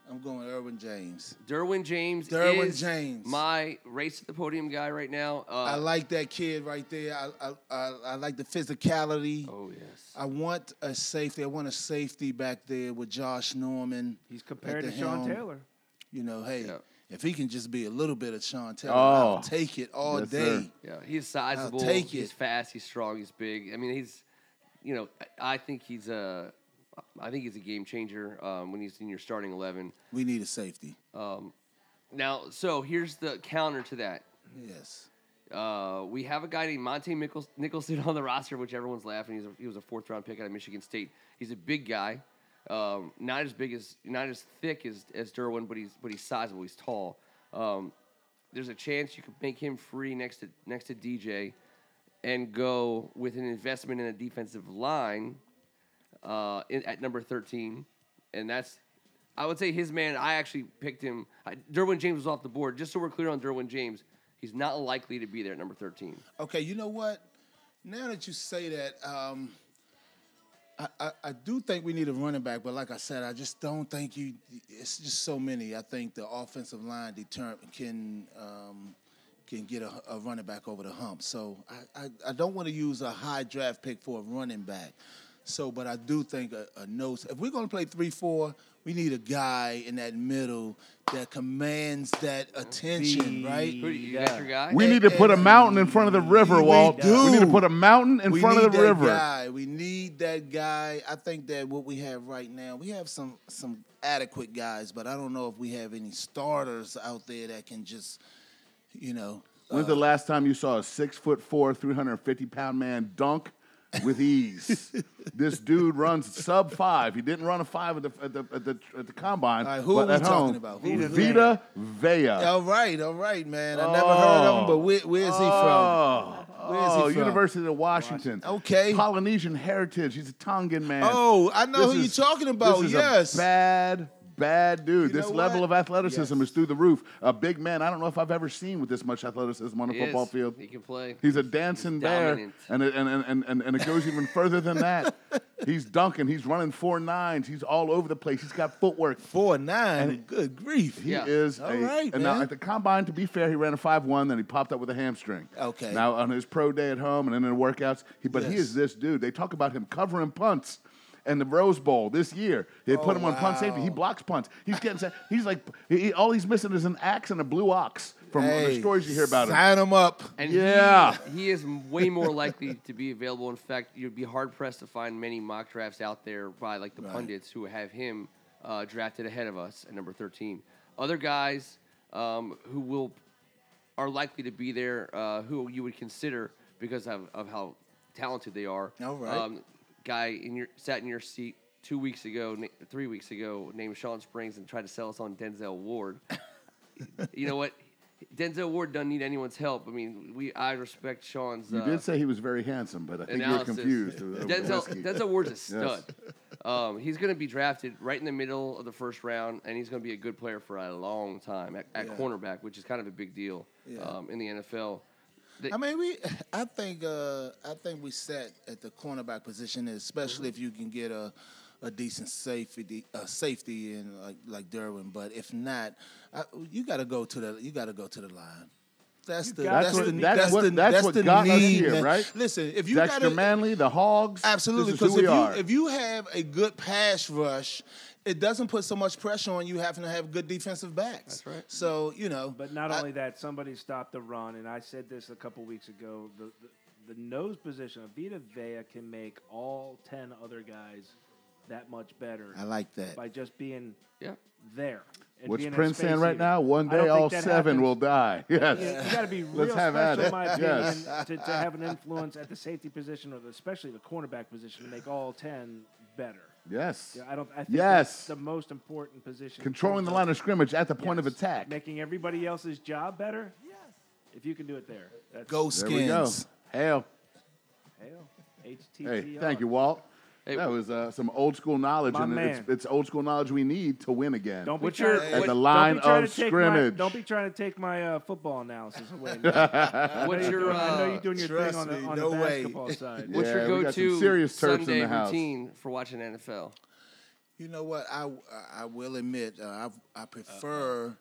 Speaker 5: I'm going with Irwin James.
Speaker 1: Derwin James.
Speaker 5: Derwin
Speaker 1: is
Speaker 5: James.
Speaker 1: my race to the podium guy right now. Uh,
Speaker 5: I like that kid right there. I I, I, I like the physicality.
Speaker 1: oh yes,
Speaker 5: I want a safety. I want a safety back there with Josh Norman.
Speaker 3: He's
Speaker 5: at
Speaker 3: compared
Speaker 5: the
Speaker 3: to Sean
Speaker 5: helm.
Speaker 3: Taylor.
Speaker 5: You know, hey,
Speaker 1: Yeah.
Speaker 5: if he can just be a little bit of Sean Taylor,
Speaker 2: Oh.
Speaker 5: I'll take it all
Speaker 2: Yes,
Speaker 5: day.
Speaker 2: sir.
Speaker 1: yeah. He's sizable.
Speaker 5: take
Speaker 1: he's
Speaker 5: it.
Speaker 1: fast. He's strong. He's big. I mean, he's, you know, I- I think he's a, I think he's a game changer um, when he's in your starting eleven.
Speaker 5: We need a safety.
Speaker 1: Now, so here's the counter to that.
Speaker 5: yes.
Speaker 1: Uh, we have a guy named Monte Nichols- Nicholson on the roster, which everyone's laughing. He's a, he was a fourth round pick out of Michigan State. He's a big guy, um, not as big as not as thick as as Derwin, but he's but he's sizable. He's tall. Um, there's a chance you could make him free next to next to DJ, and go with an investment in a defensive line uh, in, at number 13, and that's I would say his man. I actually picked him. I, Derwin James was off the board. Just so we're clear on Derwin James, he's not likely to be there at number 13.
Speaker 5: Okay, you know what? Now that you say that, um, I, I, I do think we need a running back, but like I said, I just don't think you. It's just so many. I think the offensive line deterrent can um, can get a, a running back over the hump. So I, I, I don't want to use a high draft pick for a running back. So, but I do think a, a no. If we're going to play three four, we need a guy in that middle that commands that attention, right?
Speaker 1: Who do you, you got your guy?
Speaker 2: We need to put a mountain in front of the river,
Speaker 5: We
Speaker 2: Walt.
Speaker 5: do.
Speaker 2: We need to put a mountain in
Speaker 5: we
Speaker 2: front
Speaker 5: need
Speaker 2: of the
Speaker 5: that
Speaker 2: river.
Speaker 5: Guy. We need that guy. I think that what we have right now, we have some some adequate guys, but I don't know if we have any starters out there that can just, you know.
Speaker 2: When's the last time you saw a six foot four, 350 pound man dunk with ease? this dude runs sub five. He didn't run a five at the, at the, at the, at the combine.
Speaker 5: All right, who
Speaker 2: but
Speaker 5: are we
Speaker 2: at
Speaker 5: talking
Speaker 2: home,
Speaker 5: about?
Speaker 2: Vita,
Speaker 5: Who is Vita?
Speaker 2: Vea.
Speaker 5: All right, all right, man. I never heard of him, but where, where is he from?
Speaker 2: Oh,
Speaker 5: Where is he
Speaker 2: oh,
Speaker 5: from?
Speaker 2: University of Washington.
Speaker 5: Okay.
Speaker 2: Polynesian heritage. He's a Tongan man.
Speaker 5: Oh, I know
Speaker 2: This
Speaker 5: who
Speaker 2: is-
Speaker 5: you're talking about.
Speaker 2: This is
Speaker 5: yes.
Speaker 2: a bad, bad dude.
Speaker 5: You
Speaker 2: this
Speaker 5: know
Speaker 2: level
Speaker 5: what?
Speaker 2: of athleticism
Speaker 5: Yes.
Speaker 2: is through the roof. A big man. I don't know if I've ever seen with this much athleticism on a
Speaker 1: He
Speaker 2: football
Speaker 1: is.
Speaker 2: field.
Speaker 1: He can play.
Speaker 2: He's a dancing
Speaker 1: He's
Speaker 2: bear,
Speaker 1: dominant.
Speaker 2: and it, and, and, and- and, and it goes even further than that. He's dunking. He's running four nines. He's all over the place. He's got footwork.
Speaker 5: Four nine. Good grief.
Speaker 2: He
Speaker 1: Yeah.
Speaker 2: is
Speaker 5: All
Speaker 2: a-
Speaker 5: right,
Speaker 2: and now
Speaker 5: man.
Speaker 2: at the combine, to be fair, he ran a five one, then he popped up with a hamstring.
Speaker 5: Okay.
Speaker 2: Now on his pro day at home and then in the workouts, he, but he
Speaker 5: Yes.
Speaker 2: is this dude. They talk about him covering punts. And the Rose Bowl this year, they put
Speaker 5: Oh,
Speaker 2: him on punt safety. He
Speaker 5: wow.
Speaker 2: blocks punts. He's getting. sa- He's like, he, he- all he's missing is an axe and a blue ox from the
Speaker 5: Hey,
Speaker 2: stories you hear about him.
Speaker 5: Sign him up.
Speaker 1: And
Speaker 2: Yeah.
Speaker 1: he, he is way more likely to be available. In fact, you'd be hard pressed to find many mock drafts out there by like the pundits who have him uh, drafted ahead of us at number 13. Other guys um, who will are likely to be there, uh, who you would consider because of, of how talented they are. Um,
Speaker 5: All right.
Speaker 1: guy in your sat in your seat two weeks ago, na- three weeks ago, named Sean Springs and tried to sell us on Denzel Ward you know what? Denzel Ward doesn't need anyone's help. I mean, we I respect Sean's
Speaker 2: You
Speaker 1: uh,
Speaker 2: did say he was very handsome, but I think
Speaker 1: analysis.
Speaker 2: you're confused. over
Speaker 1: Denzel,
Speaker 2: whiskey.
Speaker 1: Denzel Ward's a stud. Um, he's going to be drafted right in the middle of the first round, and he's going to be a good player for a long time at, at
Speaker 5: Yeah.
Speaker 1: cornerback, which is kind of a big deal
Speaker 5: Yeah.
Speaker 1: um, in the NFL.
Speaker 5: I mean, we. I think. Uh, I think we set at the cornerback position, especially if you can get a, a decent safety, a safety in like like Derwin. But if not, I, you got to go to the. You got to go to the line. That's the.
Speaker 3: gotta
Speaker 5: That's,
Speaker 3: go to
Speaker 5: the.
Speaker 3: the-
Speaker 5: That's,
Speaker 2: That's what-
Speaker 5: the.
Speaker 2: that's
Speaker 5: that's
Speaker 2: what
Speaker 5: the
Speaker 2: got us
Speaker 5: need,
Speaker 2: here,
Speaker 5: man.
Speaker 2: right?
Speaker 5: Listen, if you
Speaker 2: Dexter
Speaker 5: got to
Speaker 2: Manley, the Hogs.
Speaker 5: Absolutely,
Speaker 2: because
Speaker 5: because if
Speaker 2: we
Speaker 5: you
Speaker 2: are.
Speaker 5: if you have a good pass rush, it doesn't put so much pressure on you having to have good defensive backs. That's
Speaker 1: right.
Speaker 5: So you know,
Speaker 3: But not
Speaker 5: I-
Speaker 3: only that, somebody stopped the run, and I said this a couple weeks ago. The, the, the nose position of Vita Vea can make all ten other guys that much better
Speaker 5: I like that.
Speaker 3: by just being
Speaker 1: Yeah.
Speaker 3: there. and
Speaker 2: What's
Speaker 3: being in
Speaker 2: Prince saying
Speaker 3: space
Speaker 2: right
Speaker 3: heater.
Speaker 2: now? One
Speaker 3: I don't
Speaker 2: day
Speaker 3: think
Speaker 2: all
Speaker 3: that
Speaker 2: seven
Speaker 3: happens.
Speaker 2: will die. Yes.
Speaker 3: You, got to be real
Speaker 2: Let's have at it.
Speaker 3: special, in my opinion,
Speaker 2: Yes.
Speaker 3: to, to have an influence at the safety position or the, especially the cornerback position to make all ten better.
Speaker 2: Yes.
Speaker 3: Yeah, I don't. I think
Speaker 2: Yes.
Speaker 3: that's the most important position. in
Speaker 2: Controlling
Speaker 3: terms
Speaker 2: the
Speaker 3: of-
Speaker 2: line of scrimmage at the point of
Speaker 3: Yes.
Speaker 2: attack.
Speaker 3: making everybody else's job better. Yes, if you can do it there, that's
Speaker 5: Go
Speaker 2: There we go.
Speaker 5: skins.
Speaker 2: Hell.
Speaker 3: Hell,
Speaker 2: Hey,
Speaker 3: HTTR.
Speaker 2: thank you, Walt.
Speaker 1: Hey.
Speaker 2: that was uh, some old school knowledge,
Speaker 3: My
Speaker 2: and it's,
Speaker 3: man.
Speaker 2: it's old school knowledge we need to win again.
Speaker 3: Don't be
Speaker 1: What's
Speaker 3: trying,
Speaker 1: your-
Speaker 3: don't
Speaker 2: at
Speaker 1: Wait,
Speaker 2: the
Speaker 1: don't
Speaker 2: line
Speaker 3: be trying
Speaker 2: of
Speaker 3: to take my,
Speaker 2: scrimmage.
Speaker 3: don't be trying to take my uh, football analysis away. Nick.
Speaker 1: What's your
Speaker 3: I know
Speaker 1: uh,
Speaker 3: you're doing your thing
Speaker 5: Trust
Speaker 3: on the,
Speaker 5: me,
Speaker 3: on
Speaker 5: no
Speaker 3: the
Speaker 5: way.
Speaker 3: basketball side.
Speaker 1: what's your
Speaker 2: Yeah, we got some
Speaker 1: go-to
Speaker 2: serious Turks in
Speaker 1: Sunday
Speaker 2: the house.
Speaker 1: routine for watching NFL?
Speaker 5: You know what? I I will admit uh, I I prefer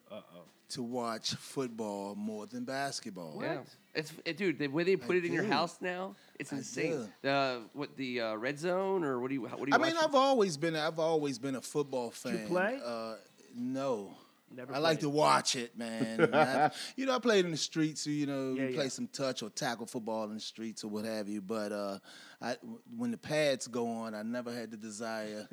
Speaker 5: to watch football more than basketball.
Speaker 1: Yeah. It's it, dude. The way they put
Speaker 5: I
Speaker 1: it in your
Speaker 5: do.
Speaker 1: house now, it's insane.
Speaker 5: do.
Speaker 1: The what the uh, red zone or what do you what do you?
Speaker 5: I mean,
Speaker 1: watch?
Speaker 5: I've always been I've always been a football fan.
Speaker 3: you play?
Speaker 5: Uh, no.
Speaker 3: Never
Speaker 5: I like
Speaker 3: played.
Speaker 5: to watch it, man. And I- you know, I played in the streets. So, you know,
Speaker 3: Yeah,
Speaker 5: you play
Speaker 3: yeah.
Speaker 5: some touch or tackle football in the streets or what have you. But uh, I, when the pads go on, I never had the desire.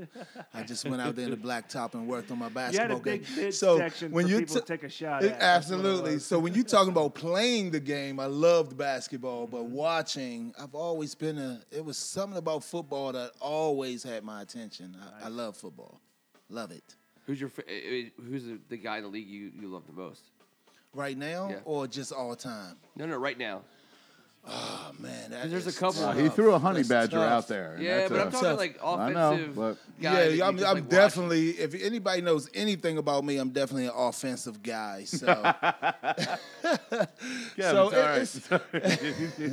Speaker 5: I just went out there in the black top and worked on my
Speaker 3: You had
Speaker 5: basketball
Speaker 3: a big
Speaker 5: game.
Speaker 3: mid
Speaker 5: So
Speaker 3: section
Speaker 5: when
Speaker 3: for
Speaker 5: you
Speaker 3: people
Speaker 5: t-
Speaker 3: to take a shot.
Speaker 5: it-
Speaker 3: at. That's what it
Speaker 5: absolutely.
Speaker 3: was.
Speaker 5: So when you're talking about playing the game, I loved basketball, but
Speaker 3: Mm-hmm.
Speaker 5: watching, I've always been a. It was something about football that always had my attention. I, I love football, love it.
Speaker 1: who's your fa- eh, eh, who's the, the guy in the league you, you love the most?
Speaker 5: Right now,
Speaker 1: Yeah.
Speaker 5: or just all time.
Speaker 1: No, no, right now.
Speaker 5: Oh man, that
Speaker 1: There's a
Speaker 5: is
Speaker 1: couple.
Speaker 5: tough.
Speaker 2: Uh, he threw a honey
Speaker 5: That's
Speaker 2: badger
Speaker 5: tough.
Speaker 2: out there. and
Speaker 1: Yeah,
Speaker 2: that's
Speaker 1: but
Speaker 2: a-
Speaker 1: I'm talking
Speaker 5: tough.
Speaker 1: like
Speaker 2: I know,
Speaker 1: offensive.
Speaker 2: but-
Speaker 1: guy that you
Speaker 5: yeah, I'm,
Speaker 1: just,
Speaker 5: I'm
Speaker 1: like, watch.
Speaker 5: definitely. If anybody knows anything about me, I'm definitely an offensive guy. So
Speaker 2: Yeah,
Speaker 5: So
Speaker 2: it's
Speaker 5: it-
Speaker 2: all right.
Speaker 5: it's-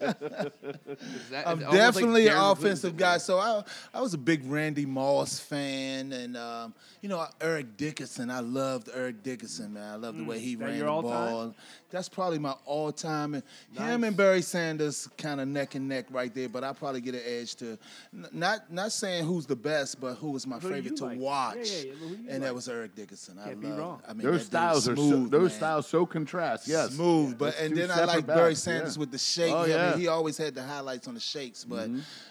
Speaker 1: Is that-
Speaker 5: I'm
Speaker 1: it's almost like
Speaker 5: definitely an
Speaker 1: Darren Wahl's
Speaker 5: offensive
Speaker 1: in
Speaker 5: guy.
Speaker 1: there.
Speaker 5: So I, I was a big Randy Moss fan, and um, you know Eric Dickerson. I loved Eric Dickerson, man. I loved the way he
Speaker 3: Mm. that
Speaker 5: ran the
Speaker 3: your all-time?
Speaker 5: ball. That's probably my all-time. And Him and Barry Sanders kind of neck and neck right there, but I probably get an edge to n- not not saying who's the best, but who was my
Speaker 3: Who
Speaker 5: favorite
Speaker 3: you
Speaker 5: to
Speaker 3: like. Yeah,
Speaker 5: watch.
Speaker 3: yeah, yeah, who you
Speaker 5: and that
Speaker 3: like.
Speaker 5: was Eric Dickerson. I
Speaker 3: Can't be
Speaker 5: loved-
Speaker 3: wong.
Speaker 5: I mean,
Speaker 2: those
Speaker 5: that dude
Speaker 2: styles are so,
Speaker 5: smooth,
Speaker 2: those
Speaker 5: man.
Speaker 2: styles so contrast. Yes,
Speaker 5: Smooth, but
Speaker 2: Those
Speaker 5: and
Speaker 2: two
Speaker 5: then I
Speaker 2: separate
Speaker 5: like
Speaker 2: backs,
Speaker 5: Barry Sanders
Speaker 2: yeah.
Speaker 5: with the shake.
Speaker 2: Oh,
Speaker 5: I mean,
Speaker 2: yeah. Mm-hmm.
Speaker 5: he always had the highlights on the shakes, but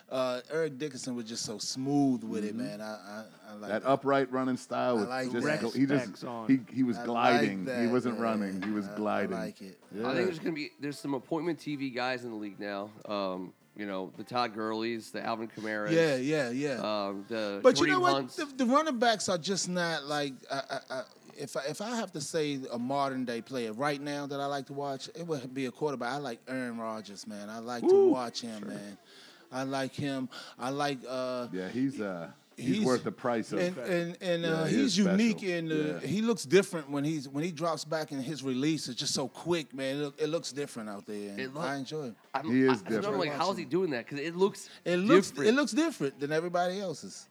Speaker 5: uh, Eric Dickerson was just so smooth with it, man. I, I, I like
Speaker 2: Mm-hmm. That
Speaker 5: that.
Speaker 2: upright running style with
Speaker 5: like
Speaker 2: just
Speaker 5: that.
Speaker 2: go- he
Speaker 3: Specs
Speaker 2: just
Speaker 3: on.
Speaker 2: he, he was
Speaker 5: I like
Speaker 2: gliding. he
Speaker 5: that,
Speaker 2: wasn't
Speaker 5: yeah.
Speaker 2: running. He was
Speaker 5: I- I
Speaker 2: gliding.
Speaker 5: like it.
Speaker 2: Yeah.
Speaker 1: I think there's gonna be there's some appointment TV guys in the league now. Um, you know the Todd Gurley's, the Alvin Kamara's.
Speaker 5: Yeah, yeah, yeah.
Speaker 1: Um, the
Speaker 5: but you
Speaker 1: Kareem
Speaker 5: know what?
Speaker 1: Hunts.
Speaker 5: The, the running backs are just not like. I, I, I, if I, if I have to say a modern day player right now that I like to watch, it would be a quarterback. I like Aaron Rodgers, man. I like to watch him, man. I like him. I like. Uh,
Speaker 2: yeah, he's uh he's,
Speaker 5: He's-
Speaker 2: worth the price of.
Speaker 5: and and, and uh,
Speaker 2: Yeah, he
Speaker 5: he's
Speaker 2: is
Speaker 5: unique
Speaker 2: special.
Speaker 5: in the,
Speaker 2: Yeah.
Speaker 5: he looks different when he's when he drops back and his release is just so quick, man. It, look, it looks different out there. and
Speaker 1: It look-
Speaker 5: I enjoy it.
Speaker 1: I'm,
Speaker 2: He is
Speaker 1: I, that's what I'm
Speaker 2: different.
Speaker 1: like, how's he doing that? Because it looks
Speaker 5: It looks
Speaker 1: different.
Speaker 5: it looks different than everybody else's.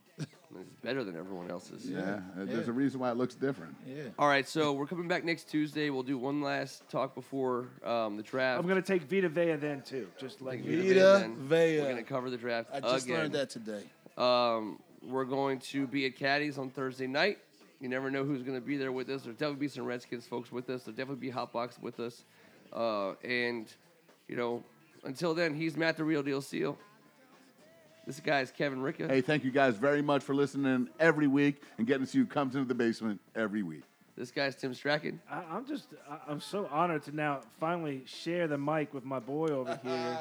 Speaker 1: It's better than everyone else's.
Speaker 2: yeah, there's
Speaker 5: yeah.
Speaker 2: a reason why it looks different.
Speaker 5: Yeah.
Speaker 1: All right, so we're coming back next Tuesday. We'll do one last talk before um, the draft.
Speaker 3: I'm gonna take Vita Vea then too. Just like
Speaker 1: Vita
Speaker 5: Vita
Speaker 1: Vea,
Speaker 5: Vea.
Speaker 1: We're going to cover the draft
Speaker 5: I just
Speaker 1: again.
Speaker 5: learned that today.
Speaker 1: Um, we're going to be at Caddy's on Thursday night. You never know who's going to be there with us. There'll definitely be some Redskins folks with us. There'll definitely be Hotbox with us. Uh, and, you know, until then, he's Matt the Real Deal Seal. This guy is Kevin Ricka.
Speaker 2: Hey, thank you guys very much for listening every week and getting to come to the basement every week.
Speaker 1: This guy's Tim Strachan.
Speaker 3: I, I'm just I, I'm so honored to now finally share the mic with my boy over here.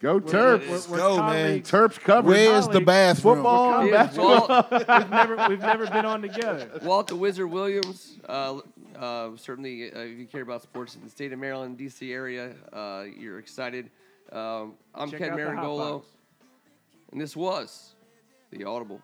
Speaker 2: Go Terps!
Speaker 3: We're, we're
Speaker 5: go, man.
Speaker 3: colleagues.
Speaker 2: Terps coverage.
Speaker 5: Where's the
Speaker 3: colleagues-
Speaker 5: bathroom?
Speaker 2: Football.
Speaker 1: He
Speaker 2: I'm
Speaker 1: is
Speaker 2: back.
Speaker 1: Walt,
Speaker 3: We've never we've never been on together.
Speaker 1: Walt the Wizard Williams. Uh, uh, certainly, uh, if you care about sports in the state of Maryland, D.C. area, uh, you're excited. Um, I'm
Speaker 3: Check
Speaker 1: Ken
Speaker 3: out the hot
Speaker 1: Marangolo,
Speaker 3: box.
Speaker 1: and this was the Audible.